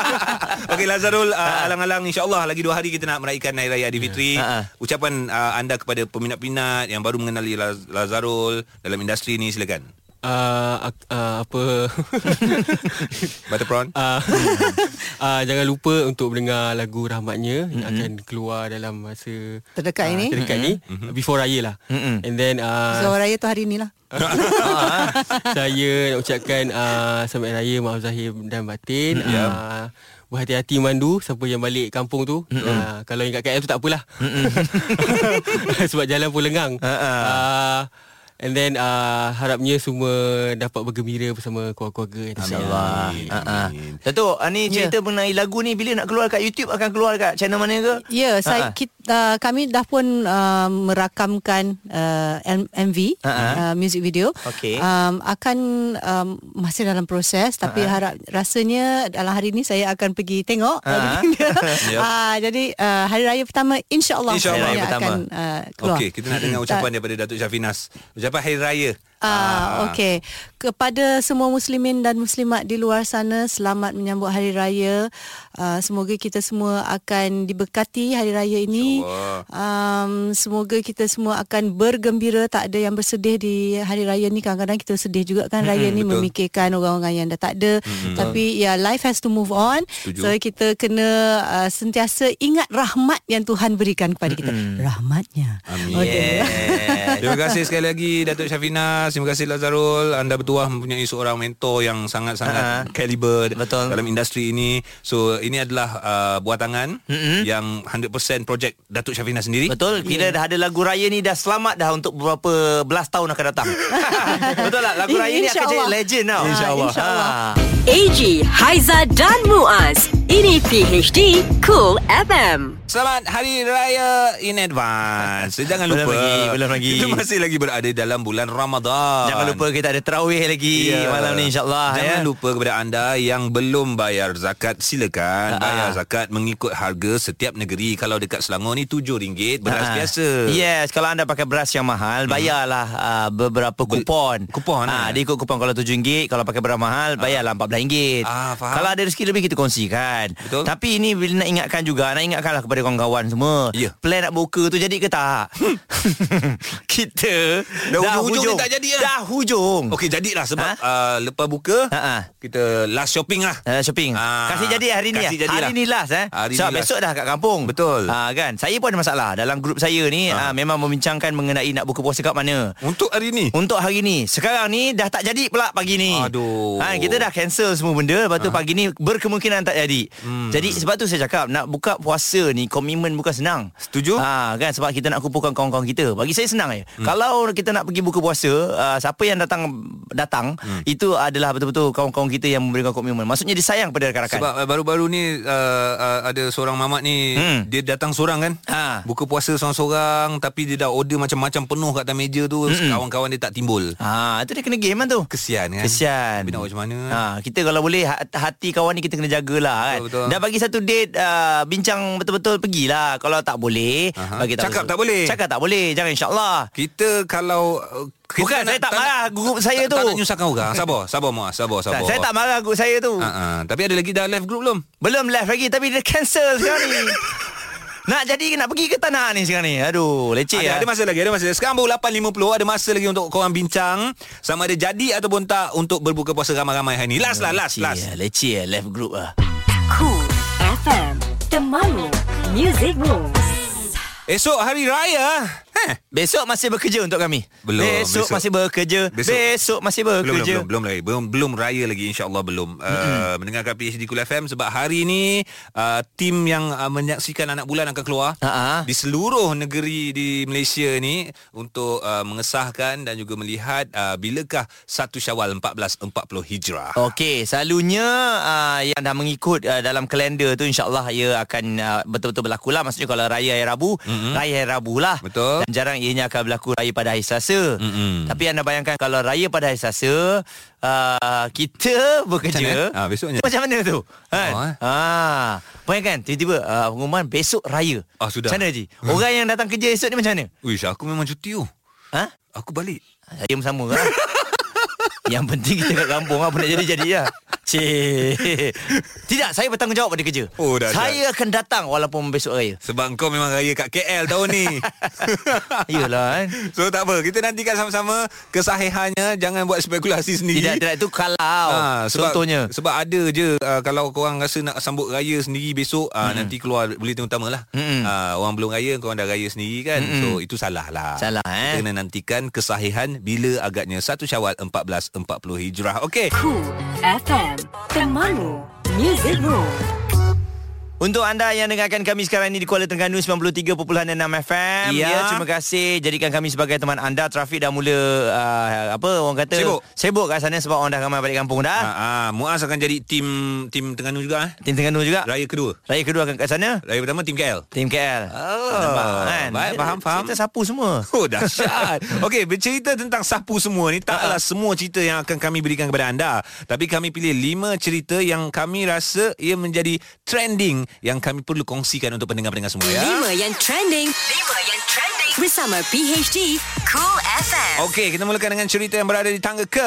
[SPEAKER 2] [laughs] Okey Lazarul ah, Alang-alang insyaAllah Lagi dua hari kita nak meraihkan Hari Raya Adivitri
[SPEAKER 1] Ah, ah.
[SPEAKER 2] Ucapan ah, anda kepada peminat-peminat Yang baru mengenali Laz- Lazarul Dalam industri ni silakan
[SPEAKER 5] uh, uh, apa
[SPEAKER 2] Butter prawn.
[SPEAKER 5] uh, uh, jangan lupa untuk mendengar lagu rahmatnya mm-hmm. yang akan keluar dalam masa
[SPEAKER 4] Terdekat ini. Hmm.
[SPEAKER 5] terdekat mm-hmm. ni before raya lah mm-hmm. and then uh,
[SPEAKER 4] So raya tu hari ni lah
[SPEAKER 5] saya nak ucapkan uh, selamat raya maaf zahir dan batin. Mm, yeah. uh, berhati-hati mandu siapa yang balik kampung tu. Mm-hmm. Uh, kalau yang kat KL tu tak apalah. [laughs] Sebab jalan pun lengang.
[SPEAKER 1] ah.
[SPEAKER 5] Uh, and then uh, harapnya semua dapat bergembira bersama keluarga-keluarga.
[SPEAKER 1] InsyaAllah
[SPEAKER 2] Amin.
[SPEAKER 1] uh-uh. Datuk ah, Ni
[SPEAKER 4] Ya.
[SPEAKER 1] cerita yeah. mengenai lagu ni Bila nak keluar kat YouTube Akan keluar kat channel mana
[SPEAKER 4] Ya,
[SPEAKER 1] ke
[SPEAKER 4] yeah,
[SPEAKER 1] Ah,
[SPEAKER 4] saya
[SPEAKER 1] ah.
[SPEAKER 4] kita, kami dah pun uh, merakamkan uh, M- MV
[SPEAKER 1] Ah,
[SPEAKER 4] uh, music video.
[SPEAKER 1] Okey.
[SPEAKER 4] Um, akan um, masih dalam proses tapi harap rasanya dalam hari ni saya akan pergi tengok
[SPEAKER 1] Ah, ah.
[SPEAKER 4] everything dia.
[SPEAKER 2] [laughs] Yep.
[SPEAKER 4] Ah, jadi uh, hari raya pertama insya-Allah
[SPEAKER 2] InsyaAllah.
[SPEAKER 4] saya
[SPEAKER 1] Hari raya
[SPEAKER 4] akan
[SPEAKER 1] pertama.
[SPEAKER 4] uh, keluar.
[SPEAKER 2] Okey, kita nak dengar ucapan daripada Datuk Syafinas. Ucapan Hari Raya.
[SPEAKER 4] Ah, okey. Kepada semua muslimin dan muslimat di luar sana, selamat menyambut hari raya. Uh, semoga kita semua akan diberkati hari raya ini.
[SPEAKER 1] Oh.
[SPEAKER 2] InsyaAllah.
[SPEAKER 4] Um, semoga kita semua akan bergembira, tak ada yang bersedih di hari raya ni. Kadang-kadang kita sedih juga kan raya ni
[SPEAKER 2] betul.
[SPEAKER 4] memikirkan orang-orang yang dah tak ada. Mm-hmm. Tapi ya life has to move on.
[SPEAKER 2] Setuju.
[SPEAKER 4] So kita kena uh, sentiasa ingat rahmat yang Tuhan berikan kepada kita. Mm-hmm. Rahmatnya.
[SPEAKER 2] Amin.
[SPEAKER 4] Okey.
[SPEAKER 1] Yeah.
[SPEAKER 2] Terima kasih sekali lagi Datuk Syafinas Terima kasih Lazarul Anda bertuah mempunyai seorang mentor Yang
[SPEAKER 4] Ah,
[SPEAKER 1] Ha.
[SPEAKER 2] sangat-sangat kaliber
[SPEAKER 1] Betul.
[SPEAKER 2] Dalam industri ini So ini adalah uh, Buah tangan mm-hmm. Yang 100% projek Datuk Syafinas
[SPEAKER 4] Ya.
[SPEAKER 2] sendiri
[SPEAKER 1] Betul Bila
[SPEAKER 2] [laughs]
[SPEAKER 1] dah ada lagu raya ni Dah selamat dah Untuk beberapa belas tahun akan
[SPEAKER 4] [laughs]
[SPEAKER 1] datang Betul lah Lagu raya ni akan jadi
[SPEAKER 4] InsyaAllah.
[SPEAKER 1] legend tau Ha,
[SPEAKER 4] Ah,
[SPEAKER 1] InsyaAllah
[SPEAKER 4] insyaAllah.
[SPEAKER 3] AG, Haiza dan Muaz. Ini PHD Cool FM.
[SPEAKER 2] Selamat Hari Raya in advance Eh, Jangan
[SPEAKER 1] Belum
[SPEAKER 2] lupa
[SPEAKER 1] lagi, belum lagi.
[SPEAKER 2] Kita masih lagi berada dalam bulan Ramadan Ya.
[SPEAKER 1] Jangan lupa kita ada terawih lagi yeah. Malam ni insyaAllah
[SPEAKER 2] Jangan
[SPEAKER 1] ya.
[SPEAKER 2] lupa kepada anda yang belum bayar zakat silakan
[SPEAKER 1] Ha-ha.
[SPEAKER 2] bayar zakat mengikut harga setiap negeri. Kalau dekat Selangor ni RM7 beras
[SPEAKER 1] Ah.
[SPEAKER 2] biasa. Hmm.
[SPEAKER 1] Yes Kalau anda pakai beras yang mahal Bayarlah uh, beberapa kupon
[SPEAKER 2] kupon,
[SPEAKER 1] Ah,
[SPEAKER 2] eh?
[SPEAKER 1] Dia ikut kupon Kalau RM7 Kalau pakai beras mahal Bayarlah RM14
[SPEAKER 2] Ah, faham.
[SPEAKER 1] Kalau ada rezeki lebih Kita kongsikan
[SPEAKER 2] Betul.
[SPEAKER 1] Tapi ini bila nak ingatkan juga Nak ingatkanlah kepada kawan-kawan semua
[SPEAKER 2] Ya.
[SPEAKER 1] Plan nak buka tu jadi ke tak [laughs] Kita
[SPEAKER 2] Dah hujung-hujung ni tak jadi, eh?
[SPEAKER 1] Dah hujung
[SPEAKER 2] Okey jadilah sebab
[SPEAKER 1] Ha?
[SPEAKER 2] uh, lepas buka
[SPEAKER 1] Ha-ha.
[SPEAKER 2] kita last shopping lah.
[SPEAKER 1] Uh,
[SPEAKER 2] [laughs]
[SPEAKER 1] shopping
[SPEAKER 2] Ah,
[SPEAKER 1] ah, Kasih jadi hari ni
[SPEAKER 2] kasih lah.
[SPEAKER 1] Kasih
[SPEAKER 2] jadilah.
[SPEAKER 1] Hari ni last eh
[SPEAKER 2] Hari
[SPEAKER 1] Sebab
[SPEAKER 2] ni last.
[SPEAKER 1] besok dah kat kampung
[SPEAKER 2] Betul.
[SPEAKER 1] ah, kan? Saya pun ada masalah Dalam grup saya ni ah. Memang membincangkan mengenai Nak buka puasa kat mana
[SPEAKER 2] Untuk hari ni.
[SPEAKER 1] Untuk hari ni Sekarang ni Dah tak jadi pula pagi ni
[SPEAKER 2] Aduh.
[SPEAKER 1] ha, Kita dah cancel semua benda Lepas tu pagi ni Berkemungkinan tak jadi Ha. hmm. Jadi sebab tu saya cakap Nak buka puasa ni Komitmen bukan senang
[SPEAKER 2] Setuju?
[SPEAKER 1] ha, kan Sebab kita nak kumpulkan kawan-kawan kita Bagi saya senang je hmm. Kalau kita nak pergi buka puasa uh, Siapa yang datang Datang hmm. Itu adalah betul-betul Kawan-kawan kita yang memberikan komitmen Maksudnya disayang pada rakan-rakan
[SPEAKER 2] Sebab uh, baru-baru ni uh, uh, ada seorang mamat ni
[SPEAKER 1] Hmm.
[SPEAKER 2] dia datang seorang kan.
[SPEAKER 1] Ha.
[SPEAKER 2] Buka puasa seorang-seorang tapi dia dah order macam-macam penuh kat atas meja tu
[SPEAKER 1] Hmm.
[SPEAKER 2] kawan-kawan dia tak timbul.
[SPEAKER 1] Ha, itu dia kena game kan tu.
[SPEAKER 2] Kesian kan.
[SPEAKER 1] Kesian.
[SPEAKER 2] Tapi nak buat macam mana?
[SPEAKER 1] Ha, kita kalau boleh ha- hati kawan ni kita kena jagalah kan.
[SPEAKER 2] Betul, betul.
[SPEAKER 1] Dah bagi satu date uh, bincang betul-betul pergilah. Kalau tak boleh,
[SPEAKER 2] Aha.
[SPEAKER 1] bagi
[SPEAKER 2] Cakap tak boleh.
[SPEAKER 1] Cakap tak boleh. Jangan insya-Allah.
[SPEAKER 2] Kita kalau uh, kita
[SPEAKER 1] Bukan, saya tak marah group saya
[SPEAKER 2] tak,
[SPEAKER 1] tu.
[SPEAKER 2] Tak nak nyusahkan orang Ha,
[SPEAKER 1] [laughs]
[SPEAKER 2] Sabar Sabar Muaz Sabar sabar
[SPEAKER 1] Saya tak marah group saya
[SPEAKER 2] uh,
[SPEAKER 1] tu.
[SPEAKER 2] uh. Tapi ada lagi dah live group belum?
[SPEAKER 1] Belum live lagi tapi dia cancel
[SPEAKER 2] [laughs]
[SPEAKER 1] sekarang ni. nak jadi ke nak pergi ke tanah ni sekarang ni. Aduh, leceh
[SPEAKER 2] ada,
[SPEAKER 1] lah.
[SPEAKER 2] ada masa lagi Ada masa lagi Sekarang baru 8.50 Ada masa lagi untuk korang bincang Sama ada jadi ataupun tak Untuk berbuka puasa ramai-ramai hari ni Last lah last
[SPEAKER 1] Leceh
[SPEAKER 2] last
[SPEAKER 1] lah, Leceh lah, live group lah.
[SPEAKER 3] Cool FM. Temanmu. Music Moves.
[SPEAKER 2] Esok hari raya Heh.
[SPEAKER 1] Eh, Besok masih bekerja untuk kami.
[SPEAKER 2] Belum,
[SPEAKER 1] Besok,
[SPEAKER 2] besok.
[SPEAKER 1] masih bekerja.
[SPEAKER 2] Besok.
[SPEAKER 1] Besok, besok masih bekerja.
[SPEAKER 2] Belum, belum, belum, belum lagi belum belum raya lagi insyaallah belum uh, mendengarkan PhD Kul FM sebab hari ini uh, tim yang uh, menyaksikan anak bulan akan keluar
[SPEAKER 1] Ha-ha.
[SPEAKER 2] di seluruh negeri di Malaysia ni untuk uh, mengesahkan dan juga melihat uh, bilakah 1 Syawal 1440 Hijrah.
[SPEAKER 1] Okey, selalunya uh, yang dah mengikut uh, dalam kalender tu insyaallah ia akan uh, betul-betul berlaku lah. Maksudnya kalau raya hari Rabu, mm-hmm. raya hari Rabu lah.
[SPEAKER 2] Betul.
[SPEAKER 1] Dan jarang ianya akan berlaku raya pada hari Selasa.
[SPEAKER 2] Mm-mm.
[SPEAKER 1] Tapi anda bayangkan kalau raya pada hari Selasa, uh, kita bekerja.
[SPEAKER 2] Macam mana? Ah, besoknya.
[SPEAKER 1] Macam mana tu? Kan?
[SPEAKER 2] Oh,
[SPEAKER 1] Oh,
[SPEAKER 2] eh.
[SPEAKER 1] ah. Bayangkan tiba-tiba uh, pengumuman besok raya.
[SPEAKER 2] Ah, sudah.
[SPEAKER 1] Macam mana Haji? [laughs] Orang yang datang kerja esok ni macam mana?
[SPEAKER 2] Uish, aku memang cuti tu.
[SPEAKER 1] Ha? Ah,
[SPEAKER 2] Aku balik.
[SPEAKER 1] [laughs] Saya sama lah. yang penting kita kat kampung apa nak jadi jadi lah. Cik. Tidak, saya bertanggungjawab pada kerja.
[SPEAKER 2] Oh, dah,
[SPEAKER 1] saya akan datang walaupun besok raya.
[SPEAKER 2] Sebab kau memang raya kat KL tahun
[SPEAKER 1] [laughs]
[SPEAKER 2] ni
[SPEAKER 1] Iyalah kan.
[SPEAKER 2] So tak apa Kita nantikan sama-sama Kesahihannya Jangan buat spekulasi sendiri
[SPEAKER 1] Tidak, tidak itu kalau. Ha,
[SPEAKER 2] Ah, sebab,
[SPEAKER 1] contohnya.
[SPEAKER 2] Sebab ada je uh, Kalau korang rasa nak sambut raya sendiri besok uh, Nanti keluar bulletin utama lah
[SPEAKER 1] Mm-mm.
[SPEAKER 2] uh, Orang belum raya Korang dah raya sendiri kan mm So itu salah lah
[SPEAKER 1] Salah, eh?
[SPEAKER 2] Kita kena nantikan kesahihan Bila agaknya 1 syawal 1440 Hijrah Okey
[SPEAKER 3] Cool FM Temanmu Music Room
[SPEAKER 1] Untuk anda yang dengarkan kami sekarang ini di Kuala Terengganu 93.6 FM.
[SPEAKER 2] Ya.
[SPEAKER 1] terima kasih jadikan kami sebagai teman anda. Trafik dah mula uh, apa orang kata
[SPEAKER 2] Sibuk.
[SPEAKER 1] Sibuk kat sana sebab orang dah ramai balik kampung
[SPEAKER 2] ha,
[SPEAKER 1] dah.
[SPEAKER 2] ha, Muaz akan jadi tim Tim Terengganu juga eh?
[SPEAKER 1] Tim Terengganu juga.
[SPEAKER 2] Raya kedua
[SPEAKER 1] Raya kedua akan kat sana.
[SPEAKER 2] Raya pertama tim KL
[SPEAKER 1] Tim KL.
[SPEAKER 2] Oh,
[SPEAKER 1] Nampak, kan?
[SPEAKER 2] baik, faham, faham.
[SPEAKER 1] Kita sapu semua.
[SPEAKER 2] Oh
[SPEAKER 1] [laughs]
[SPEAKER 2] dahsyat Okey bercerita tentang sapu semua ni Taklah semua cerita yang akan kami berikan kepada anda Tapi kami pilih 5 cerita yang kami rasa Ia menjadi trending Yang kami perlu kongsikan untuk pendengar-pendengar semua ya
[SPEAKER 3] Lima yang trending Lima yang trending Bersama PHD Cool FM
[SPEAKER 2] Okey kita mulakan dengan cerita yang berada di tangga ke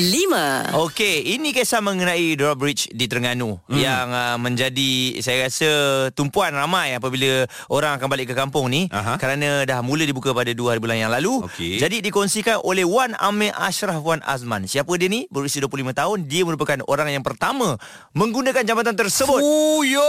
[SPEAKER 3] Lima
[SPEAKER 1] Okey, ini kisah mengenai drawbridge di Terengganu hmm. yang uh, menjadi saya rasa tumpuan ramai apabila orang akan balik ke kampung ni
[SPEAKER 2] Aha.
[SPEAKER 1] kerana dah mula dibuka pada 2 hari bulan yang lalu.
[SPEAKER 2] Okey.
[SPEAKER 1] Jadi dikongsikan oleh Wan Amir Ashraf Wan Azman. Siapa dia ni? Berusia 25 tahun, dia merupakan orang yang pertama menggunakan jambatan tersebut. [laughs]
[SPEAKER 2] Fuyo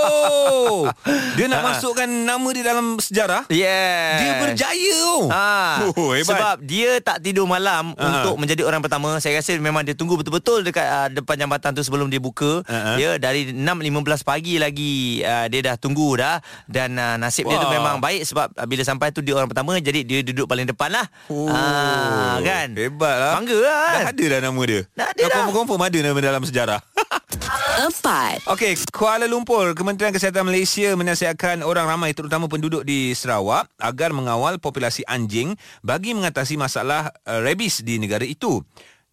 [SPEAKER 2] Dia nak
[SPEAKER 1] Ha.
[SPEAKER 2] masukkan nama dia dalam sejarah
[SPEAKER 1] Yeah.
[SPEAKER 2] Dia berjaya oh.
[SPEAKER 1] Ah,
[SPEAKER 2] Oh, hebat.
[SPEAKER 1] sebab dia tak tidur malam uh untuk menjadi orang pertama. Saya rasa memang dia tunggu betul-betul dekat uh, depan jambatan tu sebelum dia buka.
[SPEAKER 2] Ha-ha.
[SPEAKER 1] Ya, dari 6.15 pagi lagi uh, dia dah tunggu dah dan uh, nasib dia tu
[SPEAKER 2] Wah.
[SPEAKER 1] memang baik sebab uh, bila sampai tu dia orang pertama jadi dia duduk paling depan lah.
[SPEAKER 2] Oh,
[SPEAKER 1] Ah, kan?
[SPEAKER 2] Hebat lah
[SPEAKER 1] Bangga kan?
[SPEAKER 2] Dah ada dah nama dia
[SPEAKER 1] Dah ada dah.
[SPEAKER 2] Confirm-confirm ada nama dalam sejarah
[SPEAKER 3] Empat
[SPEAKER 2] Okey, Kuala Lumpur, Kementerian Kesihatan Malaysia menasihatkan orang ramai terutama penduduk di Sarawak agar mengawal populasi anjing bagi mengatasi masalah uh, rabies di negara itu.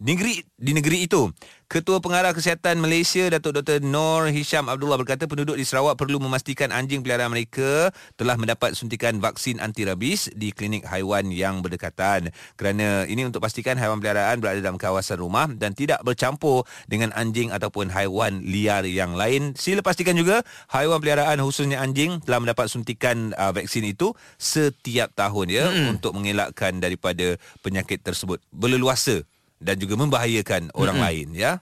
[SPEAKER 2] Negeri di negeri itu. Ketua Pengarah Kesihatan Malaysia Datuk Dr Nor Hisham Abdullah berkata penduduk di Sarawak perlu memastikan anjing peliharaan mereka telah mendapat suntikan vaksin anti rabies di klinik haiwan yang berdekatan kerana ini untuk pastikan haiwan peliharaan berada dalam kawasan rumah dan tidak bercampur dengan anjing ataupun haiwan liar yang lain. Sila pastikan juga haiwan peliharaan khususnya anjing telah mendapat suntikan uh, vaksin itu setiap tahun ya hmm. untuk mengelakkan daripada penyakit tersebut berleluasa dan juga membahayakan orang lain ya.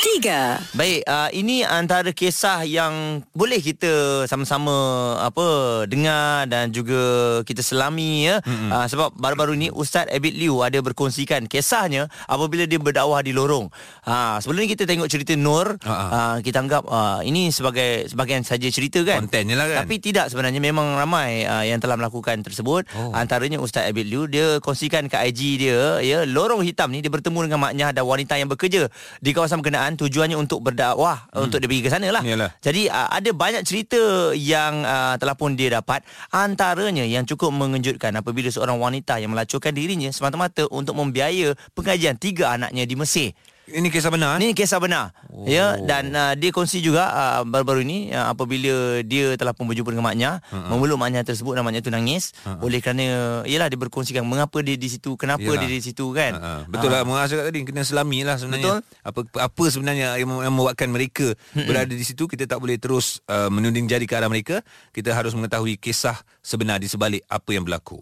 [SPEAKER 3] Tiga
[SPEAKER 1] Baik, uh, ini antara kisah yang boleh kita sama-sama apa dengar dan juga kita selami ya. Mm-hmm. Uh, sebab baru-baru ni Ustaz Abid Liu ada berkongsikan kisahnya apabila dia berdakwah di lorong. Ha, sebelum ni kita tengok cerita Nur,
[SPEAKER 2] Ha, ha.
[SPEAKER 1] uh, kita anggap uh, ini sebagai sebagian saja cerita kan.
[SPEAKER 2] Konten je lah kan.
[SPEAKER 1] Tapi tidak sebenarnya memang ramai uh, yang telah melakukan tersebut.
[SPEAKER 2] Oh.
[SPEAKER 1] Oh. Antaranya Ustaz Abid Liu dia kongsikan ke IG dia ya lorong hitam ni dia bertemu dengan maknya dan wanita yang bekerja di kawasan berkenaan tujuannya untuk berdakwah hmm. untuk dia pergi ke sana lah.
[SPEAKER 2] Yalah.
[SPEAKER 1] Jadi uh, ada banyak cerita yang uh, telah pun dia dapat antaranya yang cukup mengejutkan apabila seorang wanita yang melacurkan dirinya semata-mata untuk membiaya pengajian tiga anaknya di Mesir.
[SPEAKER 2] Ini kisah benar.
[SPEAKER 1] Ini kisah benar. Oh. Ya dan uh, dia kongsi juga uh, baru-baru ini uh, apabila dia telah pun berjumpa dengan maknya, uh-huh. memeluk maknya tersebut dan maknya tu nangis uh-huh. oleh kerana yalah dia berkongsikan mengapa dia di situ, kenapa
[SPEAKER 2] Yalah.
[SPEAKER 1] yalah. dia di situ kan.
[SPEAKER 2] Ha, ha. Betul lah Muaz cakap tadi Kena selami lah sebenarnya
[SPEAKER 1] Betul.
[SPEAKER 2] apa, apa sebenarnya yang, mem- yang membuatkan mereka hmm Berada di situ Kita tak boleh terus uh, Menuding jari ke arah mereka Kita harus mengetahui Kisah sebenar di sebalik Apa yang berlaku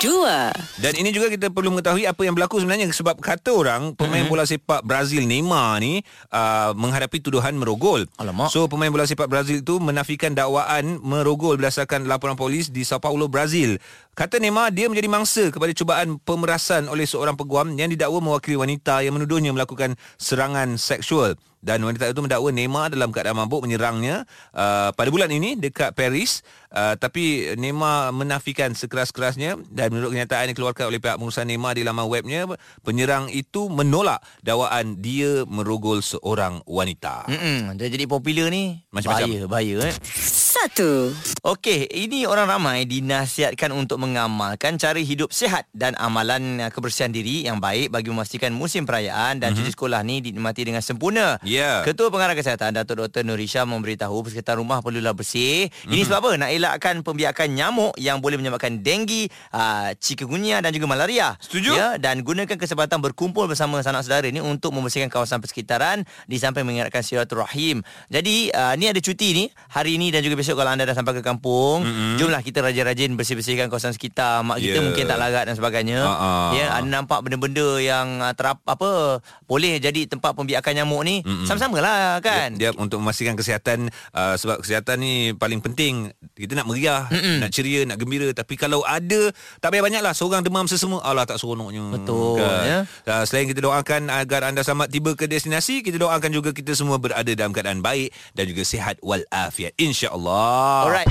[SPEAKER 3] Dua
[SPEAKER 2] Dan ini juga kita perlu mengetahui Apa yang berlaku sebenarnya Sebab kata orang Pemain bola sepak Brazil Neymar ni uh, Menghadapi tuduhan merogol
[SPEAKER 1] Alamak.
[SPEAKER 2] So pemain bola sepak Brazil itu Menafikan dakwaan Merogol berdasarkan laporan polis Di Sao Paulo, Brazil Kata Neymar Dia menjadi mangsa kepada cubaan pemerasan Oleh seorang peguam Yang didakwa mewakili wanita Yang menuduhnya melakukan serangan seksual dan wanita itu mendakwa Neymar dalam keadaan mabuk menyerangnya uh, pada bulan ini dekat Paris uh, tapi Neymar menafikan sekeras-kerasnya dan menurut kenyataan yang dikeluarkan oleh pihak pengurusan Neymar di laman webnya penyerang itu menolak dakwaan dia merogol seorang wanita.
[SPEAKER 1] Mm-mm. Dia jadi popular ni
[SPEAKER 2] Macam-macam.
[SPEAKER 1] bahaya, bahaya eh.
[SPEAKER 3] Satu satu.
[SPEAKER 1] Okey, ini orang ramai dinasihatkan untuk mengamalkan cara hidup sihat dan amalan uh, kebersihan diri yang baik bagi memastikan musim perayaan dan cuti sekolah ni dinikmati dengan sempurna.
[SPEAKER 2] Ya.
[SPEAKER 1] Ketua Pengarah Kesihatan Datuk Dr. Nurisha memberitahu sekitar rumah perlulah bersih.
[SPEAKER 2] Mhm.
[SPEAKER 1] Ini sebab apa? Nak elakkan pembiakan nyamuk yang boleh menyebabkan denggi, uh, chikungunya dan juga malaria.
[SPEAKER 2] Setuju.
[SPEAKER 1] Ya, dan gunakan kesempatan berkumpul bersama sanak saudara ni untuk membersihkan kawasan persekitaran di samping mengingatkan silaturahim. Jadi uh, ni ada cuti ni hari ini dan juga besok kalau anda dah sampai ke kampung, mm-hmm. jomlah kita rajin-rajin bersih-bersihkan kawasan sekitar. Mak yeah.
[SPEAKER 2] Mhm.
[SPEAKER 1] kita
[SPEAKER 2] Ya. Ah,
[SPEAKER 1] mungkin tak larat dan sebagainya.
[SPEAKER 2] Ha-ha.
[SPEAKER 1] Ya, anda nampak benda-benda yang uh, terap apa boleh jadi tempat pembiakan nyamuk ni mm-hmm. sama-samalah kan.
[SPEAKER 2] Dia, dia untuk memastikan kesihatan uh, sebab kesihatan ni paling penting. Kita nak meriah, Mm-mm. nak ceria, nak gembira tapi kalau ada tak payah banyaklah seorang demam sesama alah tak seronoknya.
[SPEAKER 1] Betul, ya.
[SPEAKER 2] Uh, selain kita doakan agar anda selamat tiba ke destinasi, kita doakan juga kita semua berada dalam keadaan baik dan juga sihat wal afiat insya-Allah.
[SPEAKER 1] Alright.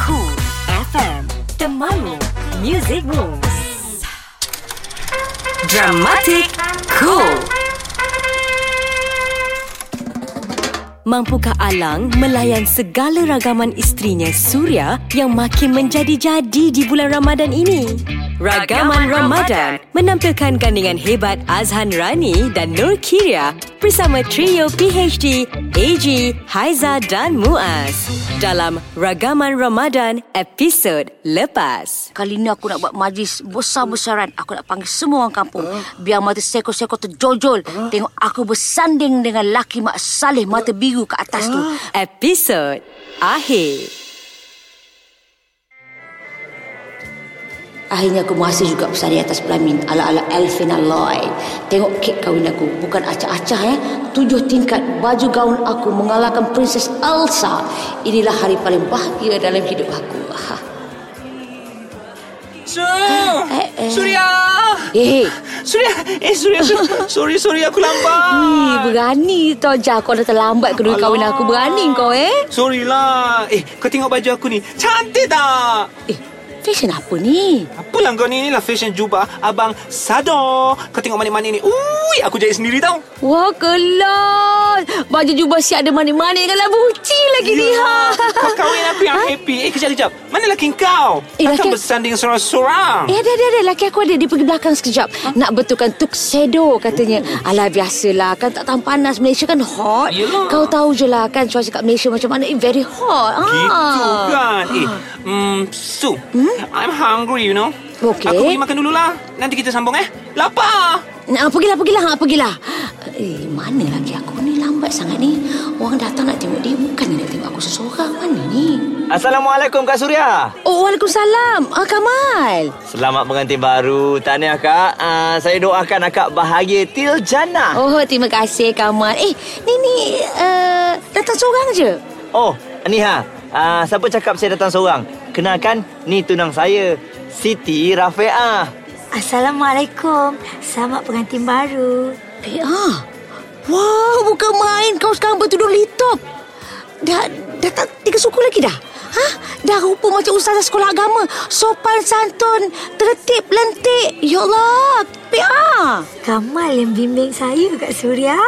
[SPEAKER 3] Cool FM. Temanmu. Music Moves. Dramatic Cool. Mampukah Alang melayan segala ragaman isterinya Surya yang makin menjadi-jadi di bulan Ramadan ini? Ragaman Ramadan menampilkan gandingan hebat Azhan Rani dan Nur Kiria bersama trio PHD, AG, Haiza dan Muaz dalam Ragaman Ramadan episod lepas. [laughs]
[SPEAKER 6] Kali ni aku nak buat majlis besar-besaran. Aku nak panggil semua orang kampung. Biar mata seko-seko terjojol. Tengok aku bersanding dengan laki Mak Saleh mata biru ke atas tu.
[SPEAKER 3] Episod akhir.
[SPEAKER 6] Akhirnya aku merasa juga bersanding atas pelamin. Ala-ala Elfina Loy. Tengok kek kahwin aku. Bukan acah-acah ya. Tujuh tingkat baju gaun aku mengalahkan Princess Elsa. Inilah hari paling bahagia dalam hidup aku. [laughs] Ha. Eh, eh.
[SPEAKER 1] Surya.
[SPEAKER 6] Eh,
[SPEAKER 1] Surya. Eh Surya. sorry sorry aku lambat.
[SPEAKER 6] Ih, berani tau Jah Kau dah terlambat kedua kahwin aku Berani kau eh
[SPEAKER 1] Sorry lah. Eh kau tengok baju aku ni. Cantik tak?
[SPEAKER 6] Eh, fashion apa ni?
[SPEAKER 1] Apalah kau ni Inilah fashion jubah Abang Sado Kau tengok manik-manik ni Ui Aku jahit sendiri tau
[SPEAKER 6] Wah, kelas. Baju jubah siap ada manik-manik dengan labu uci
[SPEAKER 1] Ya.
[SPEAKER 6] lagi ni. Ha.
[SPEAKER 1] Kau kahwin aku
[SPEAKER 6] [laughs]
[SPEAKER 1] yang happy Eh kejap-kejap Mana laki kau
[SPEAKER 6] Eh,
[SPEAKER 1] Takkan
[SPEAKER 6] laki-
[SPEAKER 1] bersanding seorang-seorang
[SPEAKER 6] Eh, ada, ada, ada. Laki aku ada. Dia pergi belakang sekejap.
[SPEAKER 1] Ha?
[SPEAKER 6] Nak betulkan tuxedo katanya. Alah, biasalah. Kan tak tahan panas. Malaysia kan hot.
[SPEAKER 1] Yelah.
[SPEAKER 6] Kau tahu je lah kan cuaca kat Malaysia macam mana. Eh, very hot. Ha.
[SPEAKER 1] Gitu kan Eh
[SPEAKER 6] Ah.
[SPEAKER 1] mm, Su
[SPEAKER 6] Hmm?
[SPEAKER 1] I'm hungry you know
[SPEAKER 6] Okey.
[SPEAKER 1] Aku pergi makan dululah Nanti kita sambung eh Lapar
[SPEAKER 6] Nah, pergilah, pergilah. Ha, pergilah. Eh, mana laki aku ni lambat sangat ni? Orang datang nak tengok dia. Bukan nak tengok aku seseorang. Mana ni?
[SPEAKER 7] Assalamualaikum Kak Surya.
[SPEAKER 6] Oh, Waalaikumsalam. Ah, Kamal.
[SPEAKER 7] Selamat pengantin baru. Tahniah Kak. Uh, saya doakan akak bahagia til jannah.
[SPEAKER 6] Oh, terima kasih Kamal. Eh, ni ni uh, datang seorang je.
[SPEAKER 7] Oh, ni ha. Uh, siapa cakap saya datang seorang? Kenalkan, ni tunang saya. Siti Rafiah.
[SPEAKER 8] Assalamualaikum. Selamat pengantin baru.
[SPEAKER 6] PA. Wah, Eh, ah. bukan main kau sekarang bertudung litop. Dah dah tak tiga suku lagi dah. Ha? Dah rupa macam ustazah sekolah agama. Sopan santun, tertib lentik. Ya Allah, ah. PA.
[SPEAKER 8] Kamal yang bimbing saya kat Suria.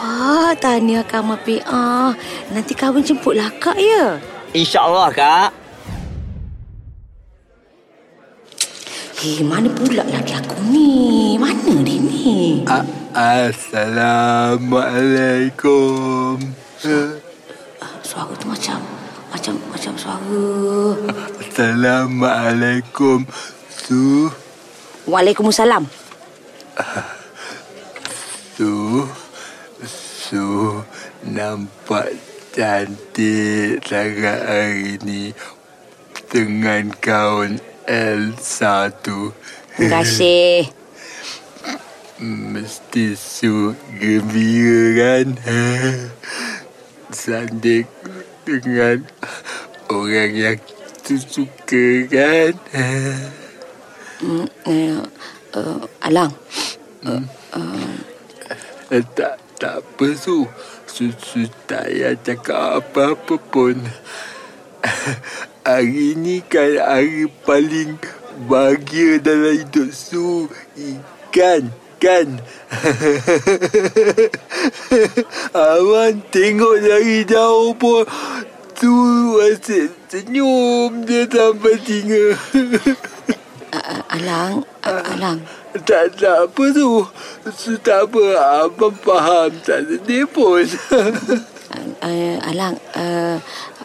[SPEAKER 6] Wah, tahniah Kamal PA. Nanti kahwin jemputlah Kak ya.
[SPEAKER 7] InsyaAllah Kak.
[SPEAKER 6] Hei, mana pula lagi aku ni? Mana dia ni?
[SPEAKER 9] Assalamualaikum.
[SPEAKER 6] Ah, Suara tu macam macam macam suara.
[SPEAKER 9] Assalamualaikum. Tu,
[SPEAKER 6] Waalaikumsalam.
[SPEAKER 9] tu, tu. Nampak cantik sangat hari ni dengan kaun Elsa tu.
[SPEAKER 6] Terima kasih.
[SPEAKER 9] [laughs] Mesti su gembira kan? [laughs] Sanding dengan orang yang tu suka kan?
[SPEAKER 6] Uh, uh, Alang.
[SPEAKER 9] Eh, Tak, tak apa Su. Su, su tak payah cakap apa-apa pun. [laughs] hari ni kan hari paling bahagia dalam hidup Su. Kan, kan. [laughs] Awan tengok dari jauh pun tu asyik senyum dia sampai tinga.
[SPEAKER 6] Ah, Alang, ah, Alang.
[SPEAKER 9] tak, tak apa tu. Su tak apa. Abang faham. Tak sedih pun.
[SPEAKER 6] Uh, Alang, uh,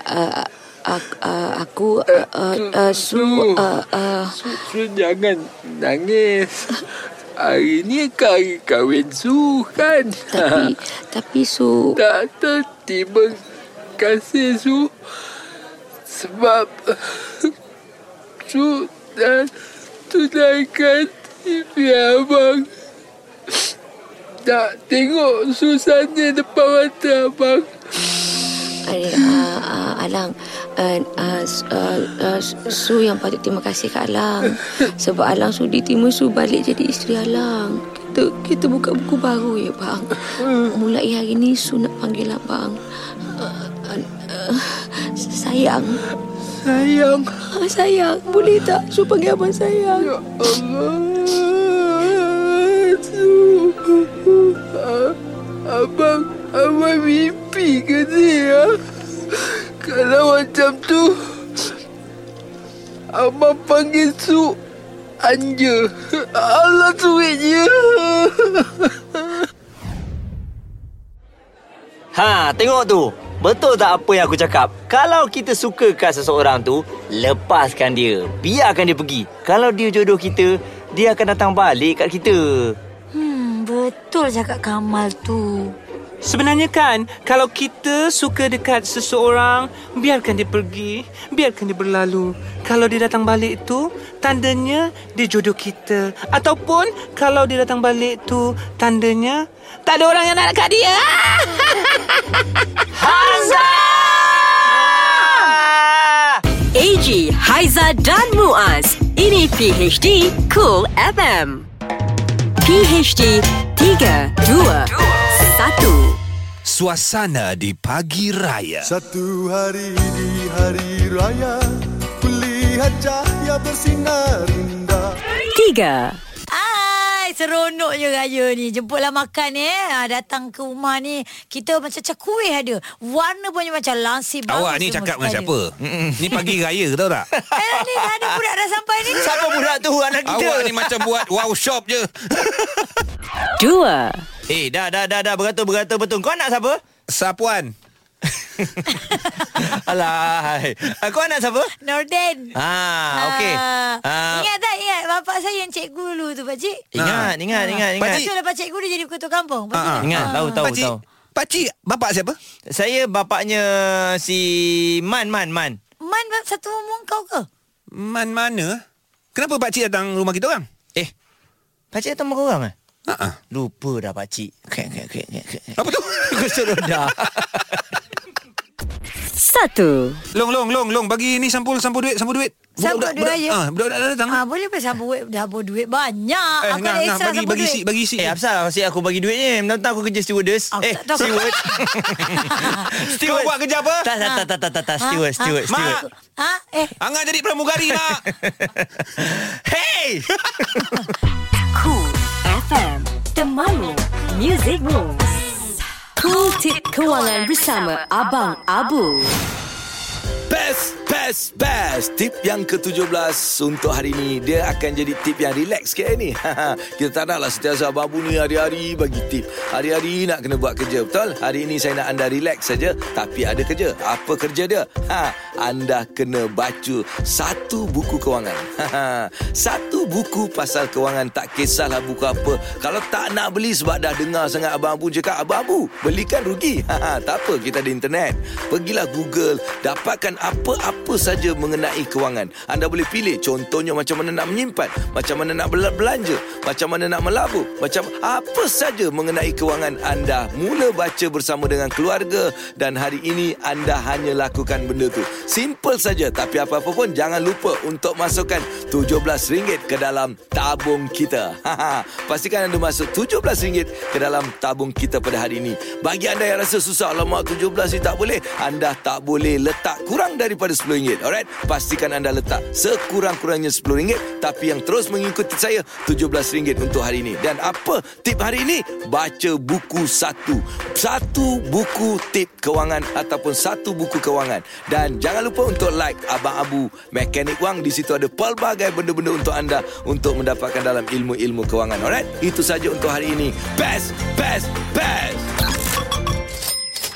[SPEAKER 6] uh, ak- uh, aku uh, uh, uh, su... Uh, uh,
[SPEAKER 9] Su, Su jangan nangis. Hari ni kau hari kahwin Su kan? [laughs]
[SPEAKER 6] tapi, tapi su...
[SPEAKER 9] Tak tertiba kasih Su sebab [laughs] Su dan tunaikan TV abang. Tak tengok susahnya depan mata abang.
[SPEAKER 6] Ay, uh, uh, Alang uh, uh, Su- uh, uh, Su yang patut terima kasih kat Alang Sebab Alang sudi terima Su balik jadi isteri Alang Kita kita buka buku baru ya bang Mulai hari ni Su nak panggil abang uh, uh, uh, Sayang
[SPEAKER 9] Sayang.
[SPEAKER 6] Ah, Sayang boleh tak Su panggil abang sayang
[SPEAKER 9] Ya Allah. Su. A- Abang, abang mimpi ke dia? Kalau macam tu, abang panggil Su Anja. Allah suiknya.
[SPEAKER 7] Ha, tengok tu. Betul tak apa yang aku cakap? Kalau kita suka kat seseorang tu, lepaskan dia. Biarkan dia pergi. Kalau dia jodoh kita, dia akan datang balik kat kita.
[SPEAKER 8] Hmm, betul cakap Kamal tu.
[SPEAKER 10] Sebenarnya kan, kalau kita suka dekat seseorang, biarkan dia pergi, biarkan dia berlalu. Kalau dia datang balik tu, tandanya dia jodoh kita. Ataupun kalau dia datang balik tu, tandanya tak ada orang yang nak dekat dia. [laughs]
[SPEAKER 3] AG, Haiza dan Muaz. Ini PHD Cool FM. PHD 3, 2, 1.
[SPEAKER 2] Suasana di pagi raya.
[SPEAKER 11] Satu hari di hari raya Kulihat cahaya bersinar indah
[SPEAKER 3] 3.
[SPEAKER 12] Hai, seronoknya raya ni. Jemputlah makan eh. Ha, datang ke rumah ni, kita macam macam kuih ada. Warna punya macam langsir bagus
[SPEAKER 2] Awak ni
[SPEAKER 12] semua
[SPEAKER 2] cakap
[SPEAKER 12] kita
[SPEAKER 2] dengan
[SPEAKER 12] ada.
[SPEAKER 2] siapa? Ni pagi raya tahu tak?
[SPEAKER 12] Eh, ni dah ada budak dah sampai ni.
[SPEAKER 1] Siapa budak tu anak kita?
[SPEAKER 2] Awak ni macam buat wow shop je.
[SPEAKER 3] Dua.
[SPEAKER 1] Eh, dah, dah, dah, dah. Beratur-beratur betul. Kau anak siapa? [laughs]
[SPEAKER 2] Sapuan.
[SPEAKER 1] Alahai. Ah, Kau anak siapa?
[SPEAKER 12] Norden.
[SPEAKER 1] Ah, okey.
[SPEAKER 12] Ah,
[SPEAKER 1] Ah,
[SPEAKER 12] Ingat tak ingat bapak saya yang cikgu dulu tu, Pakcik?
[SPEAKER 1] ingat, ingat, ingat,
[SPEAKER 12] Ah.
[SPEAKER 1] ingat.
[SPEAKER 12] Lepas tu lepas cikgu dia jadi ketua kampung. Lepas tu
[SPEAKER 2] Ah, ah.
[SPEAKER 1] Ingat, tahu, tahu,
[SPEAKER 2] Pakcik,
[SPEAKER 1] tahu.
[SPEAKER 2] pakcik, bapak siapa?
[SPEAKER 1] Saya bapaknya si Man, Man, Man.
[SPEAKER 12] Man bab satu umur kau ke?
[SPEAKER 2] Man mana? Kenapa pakcik datang rumah kita orang?
[SPEAKER 1] Eh, pakcik datang rumah korang eh?
[SPEAKER 2] Ha-ha.
[SPEAKER 1] Lupa dah pakcik. Kek, kek, kek, kek, kek.
[SPEAKER 2] Apa
[SPEAKER 1] [laughs]
[SPEAKER 2] tu?
[SPEAKER 1] Aku suruh dah.
[SPEAKER 3] Satu.
[SPEAKER 2] Long, long, long, long. Bagi ni sampul, sampul duit, sampul duit.
[SPEAKER 12] Sampul duit
[SPEAKER 2] budak,
[SPEAKER 12] raya.
[SPEAKER 2] Ah, budak-budak dah datang.
[SPEAKER 12] Ah, boleh boleh sambung duit, dah bawa duit banyak.
[SPEAKER 2] Eh,
[SPEAKER 12] aku
[SPEAKER 2] nah,
[SPEAKER 12] ada
[SPEAKER 2] nah,
[SPEAKER 12] extra
[SPEAKER 2] bagi,
[SPEAKER 12] sambung
[SPEAKER 2] bagi
[SPEAKER 12] duit.
[SPEAKER 2] isi, bagi isi.
[SPEAKER 1] eh, Hafsah, asyik aku bagi duit ni. Mentang-mentang aku kerja stewardess.
[SPEAKER 12] Aku
[SPEAKER 1] eh,
[SPEAKER 12] Oh, tak tahu. [laughs]
[SPEAKER 1] steward.
[SPEAKER 2] Steward buat kerja apa?
[SPEAKER 1] Tak, tak, tak, tak, tak, tak, tak. Steward, steward, steward.
[SPEAKER 12] Mak. Ha? Ah, Eh,
[SPEAKER 2] Angah jadi pramugari lah. nak.
[SPEAKER 1] Hey!
[SPEAKER 3] [laughs] Cool FM. Temanmu. Music Moves. Cool Tip Kewangan bersama Abang Abu.
[SPEAKER 11] Best, best, best Tip yang ke-17 untuk hari ni Dia akan jadi tip yang relax sikit ni [laughs] Kita tak naklah setiasa babu ni hari-hari bagi tip Hari-hari nak kena buat kerja, betul? Hari ni saya nak anda relax saja Tapi ada kerja Apa kerja dia? Ha, anda kena baca satu buku kewangan [laughs] Satu buku pasal kewangan Tak kisahlah buku apa Kalau tak nak beli sebab dah dengar sangat Abang Abu cakap Abang Abu, belikan rugi [laughs] Tak apa, kita di internet Pergilah Google Dapatkan apa-apa saja mengenai kewangan Anda boleh pilih Contohnya macam mana nak menyimpan Macam mana nak bela- belanja Macam mana nak melabur Macam apa saja mengenai kewangan anda Mula baca bersama dengan keluarga Dan hari ini anda hanya lakukan benda tu Simple saja Tapi apa-apa pun jangan lupa untuk masukkan RM17 ke dalam tabung kita Pastikan anda masuk RM17 ke dalam tabung kita pada hari ini bagi anda yang rasa susah Alamak 17 ni tak boleh Anda tak boleh letak kurang daripada RM10 RM10. Alright, pastikan anda letak sekurang-kurangnya RM10 tapi yang terus mengikuti saya RM17 untuk hari ini. Dan apa tip hari ini? Baca buku satu. Satu buku tip kewangan ataupun satu buku kewangan. Dan jangan lupa untuk like Abang Abu Mekanik Wang. Di situ ada pelbagai benda-benda untuk anda untuk mendapatkan dalam ilmu-ilmu kewangan. Alright, itu saja untuk hari ini. Best, best, best.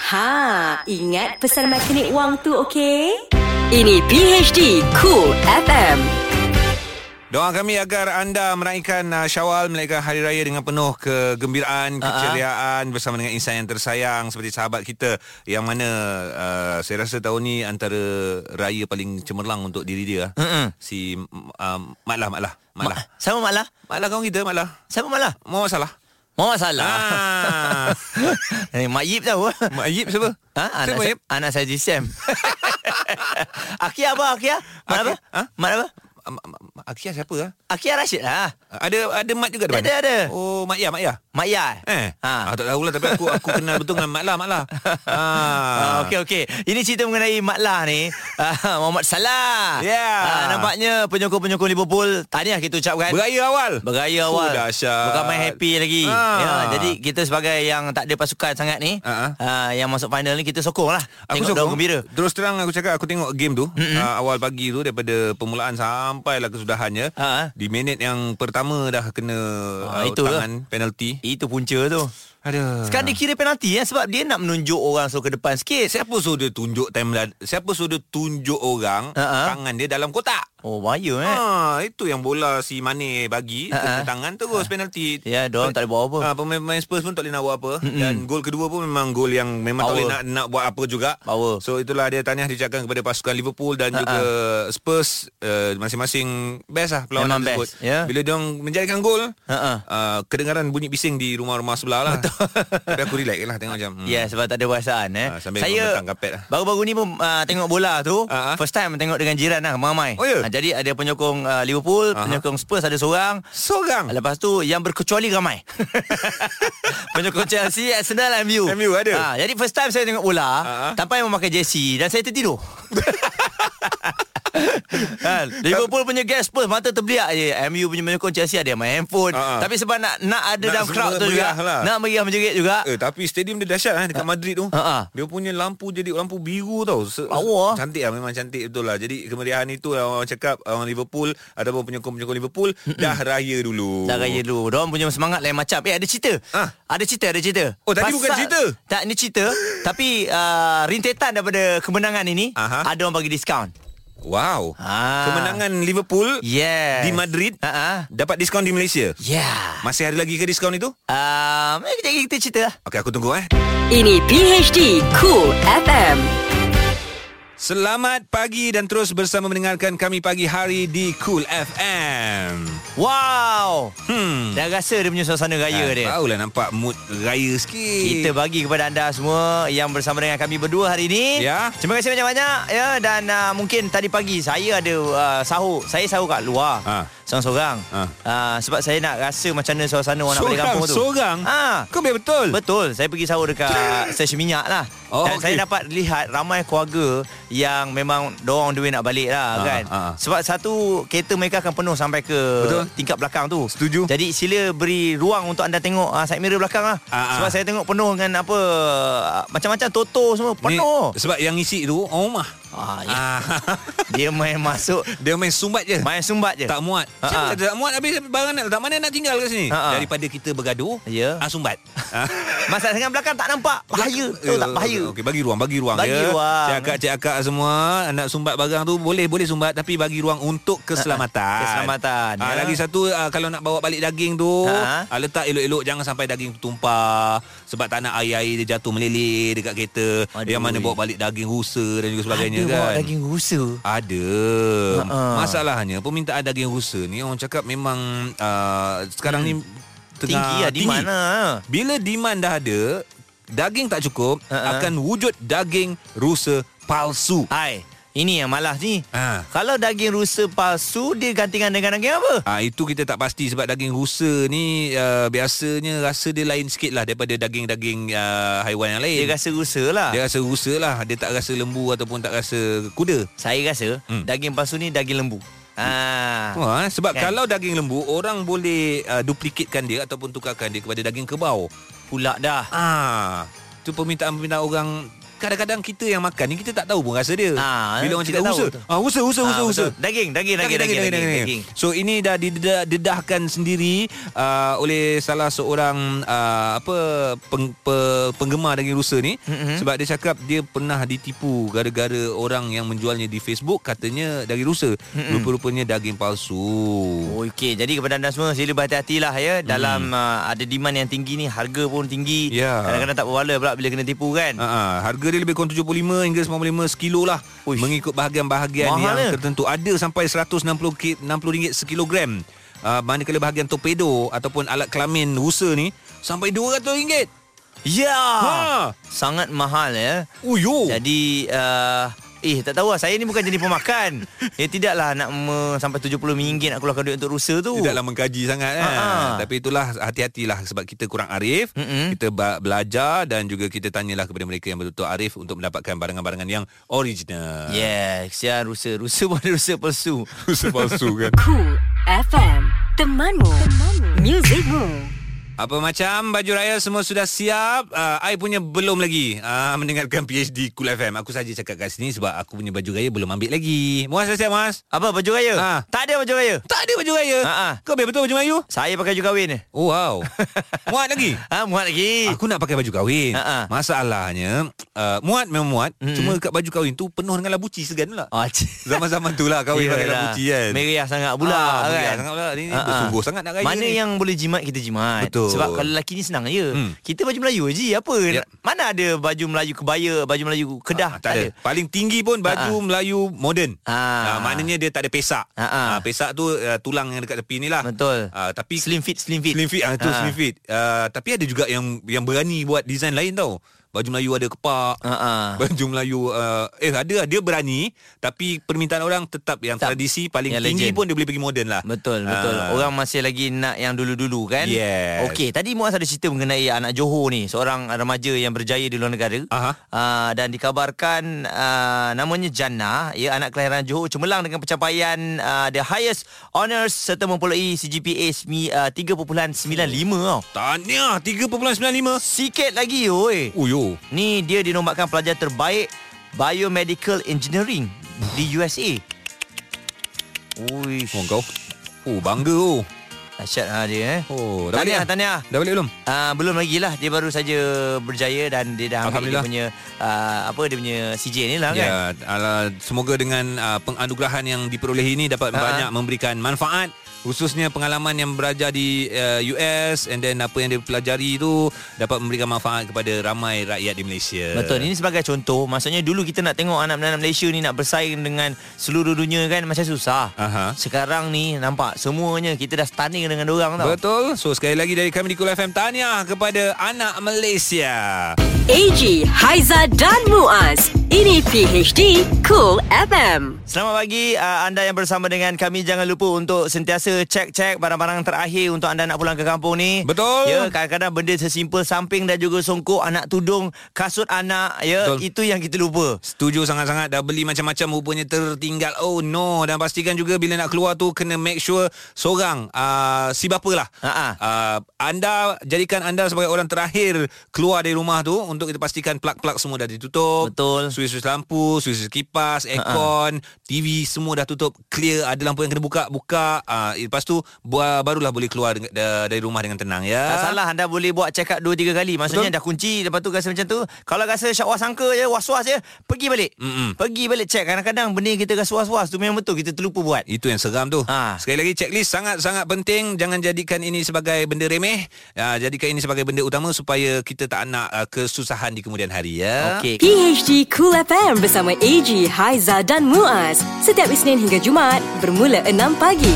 [SPEAKER 3] Ha, ingat pesan mekanik wang tu okey? Ini PHD Cool FM.
[SPEAKER 2] Doa kami agar anda meraihkan uh, Syawal melainkan hari raya dengan penuh kegembiraan,
[SPEAKER 1] Ah,
[SPEAKER 2] keceriaan bersama dengan insan yang tersayang seperti sahabat kita yang mana uh, saya rasa tahun ni antara raya paling cemerlang untuk diri dia. ah.
[SPEAKER 1] Mm-mm.
[SPEAKER 2] Si um, Mat lah, Mat lah, Mat lah.
[SPEAKER 1] Siapa Mak Lah?
[SPEAKER 2] Mak Lah kawan kita, Mak Lah.
[SPEAKER 1] Siapa Mak Lah?
[SPEAKER 2] Muhammad Salah.
[SPEAKER 1] Muhammad Salah.
[SPEAKER 2] Ah.
[SPEAKER 1] [laughs] eh, Mak Yip tahu.
[SPEAKER 2] Mak Yip siapa?
[SPEAKER 1] Ha? Anak,
[SPEAKER 2] Siapa
[SPEAKER 1] saya,
[SPEAKER 2] Yip?
[SPEAKER 1] anak saya
[SPEAKER 2] [laughs]
[SPEAKER 1] Jisem. Akia apa? Akia? Mat apa?
[SPEAKER 2] Ha?
[SPEAKER 1] Mat apa?
[SPEAKER 2] Um, um, um, Akia siapa ah?
[SPEAKER 1] Akia Rashid lah.
[SPEAKER 2] Ada ada mat juga depan.
[SPEAKER 1] Ada, ada.
[SPEAKER 2] Oh, mak ya, mak ya.
[SPEAKER 1] Mak Yai.
[SPEAKER 2] Eh.
[SPEAKER 1] Ha.
[SPEAKER 2] Ah, tak tahulah tapi aku aku kenal betul dengan mak lah, mak lah.
[SPEAKER 1] Ah,
[SPEAKER 2] Ah.
[SPEAKER 1] okey okey. Ini cerita mengenai Mat Lah ni. [laughs] Ah, Muhammad Salah.
[SPEAKER 2] Yeah.
[SPEAKER 1] Ah, nampaknya penyokong-penyokong Liverpool tahniah kita ucapkan.
[SPEAKER 2] Beraya awal.
[SPEAKER 1] Beraya
[SPEAKER 2] Oh,
[SPEAKER 1] awal.
[SPEAKER 2] dahsyat.
[SPEAKER 1] Bukan main happy lagi.
[SPEAKER 2] Ah.
[SPEAKER 1] Ya, jadi kita sebagai yang tak ada pasukan sangat ni,
[SPEAKER 2] Ah, ah.
[SPEAKER 1] ah, yang masuk final ni kita sokong lah.
[SPEAKER 2] Aku
[SPEAKER 1] Tengok
[SPEAKER 2] sokong.
[SPEAKER 1] dorang gembira.
[SPEAKER 2] Terus terang aku cakap aku tengok game tu mm-hmm. uh, awal pagi tu daripada permulaan sampailah kesudahannya.
[SPEAKER 1] Ha.
[SPEAKER 2] Di minit yang pertama dah kena
[SPEAKER 1] Ah,
[SPEAKER 2] uh,
[SPEAKER 1] itu lah.
[SPEAKER 2] tangan penalti.
[SPEAKER 1] Itu punca tu.
[SPEAKER 2] Ada.
[SPEAKER 1] Sekarang dia kira penalti ya sebab dia nak menunjuk orang suruh ke depan sikit.
[SPEAKER 2] siapa suruh dia tunjuk time la- siapa suruh dia tunjuk orang
[SPEAKER 1] Ha, ha.
[SPEAKER 2] tangan dia dalam kotak?
[SPEAKER 1] Oh, bahaya eh.
[SPEAKER 2] Ha, itu yang bola si Mane bagi
[SPEAKER 1] Ha, ha.
[SPEAKER 2] uh-huh. tangan terus uh penalti.
[SPEAKER 1] Ya, dorang tak boleh buat apa.
[SPEAKER 2] Ha, pemain-pemain Spurs pun tak boleh nak buat apa mm dan gol kedua pun memang gol yang memang tak
[SPEAKER 1] Power.
[SPEAKER 2] boleh nak nak buat apa juga.
[SPEAKER 1] Power.
[SPEAKER 2] So itulah dia tahniah diucapkan kepada pasukan Liverpool dan uh juga Spurs uh, masing-masing best lah perlawanan
[SPEAKER 1] Memang
[SPEAKER 2] tersebut.
[SPEAKER 1] best, ya.
[SPEAKER 2] Bila dia menjadikan gol,
[SPEAKER 1] Ha-ha.
[SPEAKER 2] uh, kedengaran bunyi bising di rumah-rumah sebelah lah. Tapi aku relax je lah tengok macam. hmm.
[SPEAKER 1] Ya yeah, sebab tak ada perasaan eh.
[SPEAKER 2] Ah, sambil
[SPEAKER 1] saya
[SPEAKER 2] membentang kapet lah.
[SPEAKER 1] baru-baru ni pun uh, tengok bola
[SPEAKER 2] Ah,
[SPEAKER 1] tu
[SPEAKER 2] ah.
[SPEAKER 1] uh-huh. first time tengok dengan jiran lah ramai.
[SPEAKER 2] Oh, ya?
[SPEAKER 1] Ah, jadi ada penyokong uh, Liverpool,
[SPEAKER 2] Ah, ah.
[SPEAKER 1] uh-huh. penyokong Spurs ada seorang.
[SPEAKER 2] Seorang.
[SPEAKER 1] Lepas tu yang
[SPEAKER 2] [laughs]
[SPEAKER 1] berkecuali ramai. penyokong Chelsea, Arsenal, MU.
[SPEAKER 2] MU ada?
[SPEAKER 1] Ah, jadi first time saya tengok bola
[SPEAKER 2] ah.
[SPEAKER 1] uh-huh. tanpa yang memakai jersey dan saya
[SPEAKER 2] [laughs]
[SPEAKER 1] tertidur. kan? Liverpool punya guest Spurs mata terbeliak je. MU punya penyokong Chelsea ada yang main handphone.
[SPEAKER 2] Ah, ah.
[SPEAKER 1] Uh-huh. Tapi sebab nak nak ada
[SPEAKER 2] Nak
[SPEAKER 1] dalam crowd
[SPEAKER 2] semua
[SPEAKER 1] tu juga.
[SPEAKER 2] meriah lah.
[SPEAKER 1] Nak meriah menjerit juga.
[SPEAKER 2] Eh tapi stadium dia dahsyat eh dekat Madrid tu.
[SPEAKER 1] Ha, ha.
[SPEAKER 2] Dia punya lampu jadi lampu biru tau. Se-
[SPEAKER 1] Power.
[SPEAKER 2] se- Cantik lah memang cantik betul lah. Jadi kemeriahan itu yang orang cakap orang Liverpool ataupun penyokong-penyokong Liverpool dah raya dulu.
[SPEAKER 1] Dah raya dulu Diorang punya semangat lain macam Eh ada cerita
[SPEAKER 2] Ah.
[SPEAKER 1] Ada cerita ada cerita
[SPEAKER 2] Oh, tadi bukan cerita?
[SPEAKER 1] Tak ni cerita Tapi uh, Rintetan daripada Kemenangan ini
[SPEAKER 2] Aha.
[SPEAKER 1] Ada orang bagi diskaun
[SPEAKER 2] Wow.
[SPEAKER 1] Ah.
[SPEAKER 2] Kemenangan Liverpool
[SPEAKER 1] Yes Ha,
[SPEAKER 2] di Madrid
[SPEAKER 1] Ha-ha.
[SPEAKER 2] dapat diskaun di Malaysia.
[SPEAKER 1] Yeah
[SPEAKER 2] Masih ada lagi ke diskaun itu?
[SPEAKER 1] um, eh, Kejap lagi kita cerita lah
[SPEAKER 2] Okey aku tunggu eh.
[SPEAKER 3] Ini PHD Cool FM.
[SPEAKER 2] Selamat pagi dan terus bersama mendengarkan kami pagi hari di Cool FM.
[SPEAKER 1] Wow
[SPEAKER 2] Hmm.
[SPEAKER 1] Dah rasa dia punya suasana raya dia
[SPEAKER 2] Barulah nampak mood raya sikit.
[SPEAKER 1] Kita bagi kepada anda semua yang bersama dengan kami berdua hari ini.
[SPEAKER 2] Ya.
[SPEAKER 1] Terima kasih banyak-banyak ya dan uh, mungkin tadi pagi saya ada uh, sahur. Saya sahur kat luar.
[SPEAKER 2] Ha.
[SPEAKER 1] Seorang-seorang.
[SPEAKER 2] Ha.
[SPEAKER 1] Uh, sebab saya nak rasa macam mana suasana orang nak balik
[SPEAKER 2] Seorang,
[SPEAKER 1] kampung tu.
[SPEAKER 2] seorang?
[SPEAKER 1] Ah.
[SPEAKER 2] Kau biar betul.
[SPEAKER 1] Betul. Saya pergi sahur dekat stesen minyak lah.
[SPEAKER 2] Oh,
[SPEAKER 1] dan
[SPEAKER 2] okey.
[SPEAKER 1] saya dapat lihat ramai keluarga yang memang dorong duit nak balik lah
[SPEAKER 2] Ha,
[SPEAKER 1] kan.
[SPEAKER 2] ha.
[SPEAKER 1] Sebab satu kereta mereka akan penuh sampai ke
[SPEAKER 2] Betul.
[SPEAKER 1] tingkap belakang tu.
[SPEAKER 2] Setuju.
[SPEAKER 1] Jadi sila beri ruang untuk anda tengok uh, side mirror belakang lah.
[SPEAKER 2] Ah, ah.
[SPEAKER 1] Sebab saya tengok penuh dengan apa ah, macam-macam toto semua
[SPEAKER 2] Ni,
[SPEAKER 1] penuh.
[SPEAKER 2] sebab yang isi tu orang rumah.
[SPEAKER 1] Ah, ya.
[SPEAKER 2] Ah.
[SPEAKER 1] [laughs] Dia main masuk
[SPEAKER 2] Dia main sumbat je.
[SPEAKER 1] main sumbat je.
[SPEAKER 2] tak muat.
[SPEAKER 1] Ha,
[SPEAKER 2] Siapa
[SPEAKER 1] ha.
[SPEAKER 2] kata tak muat habis barang nak letak mana nak tinggal kat sini?
[SPEAKER 1] Ha, ha.
[SPEAKER 2] Daripada kita bergaduh,
[SPEAKER 1] Ya.
[SPEAKER 2] ah,
[SPEAKER 1] [laughs]
[SPEAKER 2] sumbat. Ah.
[SPEAKER 1] Masalah dengan belakang tak nampak. Bahaya. Tahu tak bahaya.
[SPEAKER 2] Okey, bagi ruang, bagi ruang
[SPEAKER 1] Bagi
[SPEAKER 2] ya.
[SPEAKER 1] ruang.
[SPEAKER 2] Cakap-cakap semua nak sumbat barang tu boleh boleh sumbat tapi bagi ruang untuk keselamatan.
[SPEAKER 1] Keselamatan,
[SPEAKER 2] Ah,
[SPEAKER 1] ya.
[SPEAKER 2] lagi satu ah, kalau nak bawa balik daging tu,
[SPEAKER 1] Ha.
[SPEAKER 2] ah, letak elok-elok jangan sampai daging tu tumpah sebab tak nak air-air dia jatuh meleleh dekat kereta.
[SPEAKER 1] Aduh.
[SPEAKER 2] Yang mana bawa balik daging rusa dan juga sebagainya
[SPEAKER 1] Ada
[SPEAKER 2] kan.
[SPEAKER 1] bawa daging rusa. Ah,
[SPEAKER 2] Ada.
[SPEAKER 1] Ha,
[SPEAKER 2] Masalahnya permintaan daging rusa ni orang cakap memang uh, sekarang ni tengah
[SPEAKER 1] Hmm. Tinggi lah di mana.
[SPEAKER 2] Bila demand dah ada, daging tak cukup
[SPEAKER 1] Ha, ha.
[SPEAKER 2] akan wujud daging rusa palsu.
[SPEAKER 1] Hai. Ini yang malas ni. Ha. Kalau daging rusa palsu dia gantikan dengan daging apa?
[SPEAKER 2] Ah itu kita tak pasti sebab daging rusa ni uh, biasanya rasa dia lain sikit lah daripada daging-daging uh, haiwan yang lain.
[SPEAKER 1] Dia rasa rusa lah.
[SPEAKER 2] Dia rasa rusa lah. Dia tak rasa lembu ataupun tak rasa kuda.
[SPEAKER 1] Saya rasa hmm. daging palsu ni daging lembu. Ah.
[SPEAKER 2] Wah, sebab kan? kalau daging lembu orang boleh uh, duplikatkan dia ataupun tukarkan dia kepada daging kerbau.
[SPEAKER 1] Pula dah.
[SPEAKER 2] Ah. Tu permintaan-permintaan orang kadang-kadang kita yang makan ni kita tak tahu pun rasa dia.
[SPEAKER 1] Ah,
[SPEAKER 2] Bila orang
[SPEAKER 1] kita
[SPEAKER 2] cakap
[SPEAKER 1] tahu
[SPEAKER 2] rusa.
[SPEAKER 1] tu.
[SPEAKER 2] Ah rusa rusa
[SPEAKER 1] Ah,
[SPEAKER 2] rusa
[SPEAKER 1] betul.
[SPEAKER 2] rusa.
[SPEAKER 1] Daging, daging, daging, daging, daging,
[SPEAKER 2] So ini dah didedah, dedahkan sendiri uh, oleh salah seorang uh, apa peng, pe, penggemar daging rusa ni
[SPEAKER 1] Mhm.
[SPEAKER 2] mm-hmm. sebab dia cakap dia pernah ditipu gara-gara orang yang menjualnya di Facebook katanya daging rusa.
[SPEAKER 1] Mhm.
[SPEAKER 2] Mm-hmm. Rupa-rupanya daging palsu.
[SPEAKER 1] Okey, jadi kepada anda semua sila berhati-hatilah ya dalam hmm. uh, ada demand yang tinggi ni, harga pun tinggi.
[SPEAKER 2] Ya.
[SPEAKER 1] Kadang-kadang tak berwala pula bila kena tipu kan.
[SPEAKER 2] Ha, harga dia lebih kurang 75 hingga 95 sekilo lah Uish. mengikut bahagian-bahagian yang
[SPEAKER 1] Mahalnya.
[SPEAKER 2] tertentu ada sampai 160 ki- 60 ringgit sekilogram. Uh, manakala bahagian torpedo ataupun alat kelamin rusa ni sampai 200 ringgit.
[SPEAKER 1] Ya.
[SPEAKER 2] Ha.
[SPEAKER 1] Sangat mahal ya.
[SPEAKER 2] Uyo.
[SPEAKER 1] Jadi uh, eh tak tahu lah saya ni bukan jenis pemakan.
[SPEAKER 2] [laughs]
[SPEAKER 1] ya tidaklah nak me, sampai RM70 nak keluarkan duit untuk rusa tu. Ha,
[SPEAKER 2] Tidaklah mengkaji sangat kan.
[SPEAKER 1] Ha-ha.
[SPEAKER 2] Tapi itulah hati-hatilah sebab kita kurang arif, mm-hmm. kita ba- belajar dan juga kita tanyalah kepada mereka yang betul-betul arif untuk mendapatkan barangan-barangan yang original.
[SPEAKER 1] Yeah, kesian rusa. Rusa pun ada rusa palsu.
[SPEAKER 2] [laughs] Rusa palsu kan.
[SPEAKER 3] Cool FM Temanmu, Temanmu. Musicmu
[SPEAKER 2] Apa macam baju raya semua sudah siap uh, I punya belum lagi uh, Mendengarkan PhD Cool FM Aku saja cakap kat sini Sebab aku punya baju raya belum ambil lagi Muaz dah siap Muaz?
[SPEAKER 1] Apa baju raya?
[SPEAKER 2] Ha.
[SPEAKER 1] Tak ada baju raya.
[SPEAKER 2] Tak ada baju raya?
[SPEAKER 1] Ha ah.
[SPEAKER 2] Kau ambil betul baju Melayu?
[SPEAKER 1] Saya pakai baju kahwin ni.
[SPEAKER 2] Oh
[SPEAKER 1] [laughs]
[SPEAKER 2] wow Muat lagi?
[SPEAKER 1] Ha, muat lagi. Ha,
[SPEAKER 2] Aku nak pakai baju kahwin
[SPEAKER 1] Ha-ha.
[SPEAKER 2] Masalahnya uh, Muat memang muat mm-hmm. Cuma kat baju kahwin tu Penuh dengan labu ci segan pula
[SPEAKER 1] Ah,
[SPEAKER 2] Zaman-zaman tu lah kahwin pakai labu ci kan
[SPEAKER 1] Meriah sangat pula
[SPEAKER 2] Ah,
[SPEAKER 1] kan.
[SPEAKER 2] meriah sangat pula. Ni
[SPEAKER 1] Ah, ah.
[SPEAKER 2] bersungguh sangat nak raya
[SPEAKER 1] Mana
[SPEAKER 2] ni.
[SPEAKER 1] yang boleh jimat kita jimat.
[SPEAKER 2] Betul.
[SPEAKER 1] Sebab kalau lelaki ni senang je.
[SPEAKER 2] Hmm.
[SPEAKER 1] Kita baju Melayu je apa. Mana ada baju Melayu kebaya, baju Melayu kedah.
[SPEAKER 2] Ah, tak ada. Paling tinggi pun baju Melayu moden.
[SPEAKER 1] Ah.
[SPEAKER 2] Ah, maknanya dia tak ada pesak.
[SPEAKER 1] Ah, ah.
[SPEAKER 2] Ah, pesak tu ah, tulang yang dekat tepi ni lah.
[SPEAKER 1] Betul.
[SPEAKER 2] Ah, tapi
[SPEAKER 1] Slim fit, slim fit.
[SPEAKER 2] slim fit ah tu
[SPEAKER 1] Ah.
[SPEAKER 2] slim fit. Ah, tapi ada juga yang yang berani buat design lain tau. Baju Melayu ada kepak.
[SPEAKER 1] Ha
[SPEAKER 2] Baju Melayu ah, eh ada lah. dia berani tapi permintaan orang tetap yang tradisi paling
[SPEAKER 1] Yang
[SPEAKER 2] tinggi
[SPEAKER 1] legend.
[SPEAKER 2] pun dia boleh pergi moden lah.
[SPEAKER 1] Betul, betul.
[SPEAKER 2] Ah.
[SPEAKER 1] Orang masih lagi nak yang dulu-dulu kan?
[SPEAKER 2] Yes.
[SPEAKER 1] Okey, tadi Muaz ada cerita mengenai anak Johor ni, seorang remaja yang berjaya di luar negara.
[SPEAKER 2] Aha.
[SPEAKER 1] Uh, dan dikabarkan uh, namanya Jannah, ya anak kelahiran Johor cemerlang dengan pencapaian uh, the highest honours serta memperoleh CGPA semi- uh, 3.95 tau.
[SPEAKER 2] Tahniah 3.95.
[SPEAKER 1] Sikit lagi oi.
[SPEAKER 2] Uyo.
[SPEAKER 1] Ni dia dinobatkan pelajar terbaik biomedical engineering di USA. Uish.
[SPEAKER 2] Oh kau. Oh bangga oh.
[SPEAKER 1] Dahsyat lah dia eh.
[SPEAKER 2] Oh, dah
[SPEAKER 1] tahniah,
[SPEAKER 2] balik dah?
[SPEAKER 1] tahniah.
[SPEAKER 2] Dah balik belum?
[SPEAKER 1] Uh, belum lagi lah Dia baru saja berjaya Dan dia dah ambil dia
[SPEAKER 2] Alhamdulillah.
[SPEAKER 1] punya uh, Apa dia punya CJ ni lah kan
[SPEAKER 2] Ya, ala, semoga dengan uh, penganugerahan yang diperolehi ini dapat
[SPEAKER 1] Ha.
[SPEAKER 2] banyak memberikan manfaat khususnya pengalaman yang berajar di uh, US and then apa yang dia pelajari itu dapat memberikan manfaat kepada ramai rakyat di Malaysia.
[SPEAKER 1] Betul ini sebagai contoh Maksudnya dulu kita nak tengok Anak-anak Malaysia ni Nak bersaing dengan Seluruh dunia kan Macam susah
[SPEAKER 2] Aha.
[SPEAKER 1] Sekarang ni Nampak semuanya Kita dah stunning dengan orang tau
[SPEAKER 2] Betul. So sekali lagi dari kami di Kul FM tahniah kepada anak Malaysia.
[SPEAKER 3] AG, Haiza dan Muaz Ini PHD Cool FM
[SPEAKER 1] Selamat pagi uh, anda yang bersama dengan kami jangan lupa untuk sentiasa cek-cek barang-barang terakhir untuk anda nak pulang ke kampung ni.
[SPEAKER 2] Betul.
[SPEAKER 1] Ya, kadang-kadang benda sesimpel samping dan juga songkok anak tudung, kasut anak ya,
[SPEAKER 2] Betul.
[SPEAKER 1] itu yang kita lupa.
[SPEAKER 2] Setuju sangat-sangat Dah beli macam-macam Rupanya tertinggal Oh no Dan pastikan juga Bila nak keluar tu Kena make sure Seorang uh, Si bapa lah
[SPEAKER 1] Ha-ha.
[SPEAKER 2] uh, Anda Jadikan anda sebagai orang terakhir Keluar dari rumah tu Untuk kita pastikan Plug-plug semua dah ditutup
[SPEAKER 1] Betul.
[SPEAKER 2] Suis-suis lampu Suis-suis kipas Aircon TV semua dah tutup Clear Ada lampu yang kena buka Buka uh, Lepas tu bu- Barulah boleh keluar dengan- da- Dari rumah dengan tenang ya
[SPEAKER 1] Tak salah anda boleh buat check up 2 3 kali. Maksudnya
[SPEAKER 2] Betul.
[SPEAKER 1] dah kunci lepas tu rasa macam tu. Kalau rasa syak sangka je, was-was je, pergi balik.
[SPEAKER 2] Mm-mm.
[SPEAKER 1] Pergi balik check. Kadang-kadang benda yang kita rasa was-was tu memang betul kita terlupa buat.
[SPEAKER 2] Itu yang seram tu. Ha.
[SPEAKER 1] Ha.
[SPEAKER 2] Sekali lagi checklist sangat-sangat penting. Jangan jadikan ini sebagai benda remeh. Ya, jadikan ini sebagai benda utama supaya kita tak nak uh, kesusahan di kemudian hari ya.
[SPEAKER 1] Okey.
[SPEAKER 3] PHD Cool FM bersama AG, Haiza dan Muaz setiap Isnin hingga Jumaat bermula 6 pagi.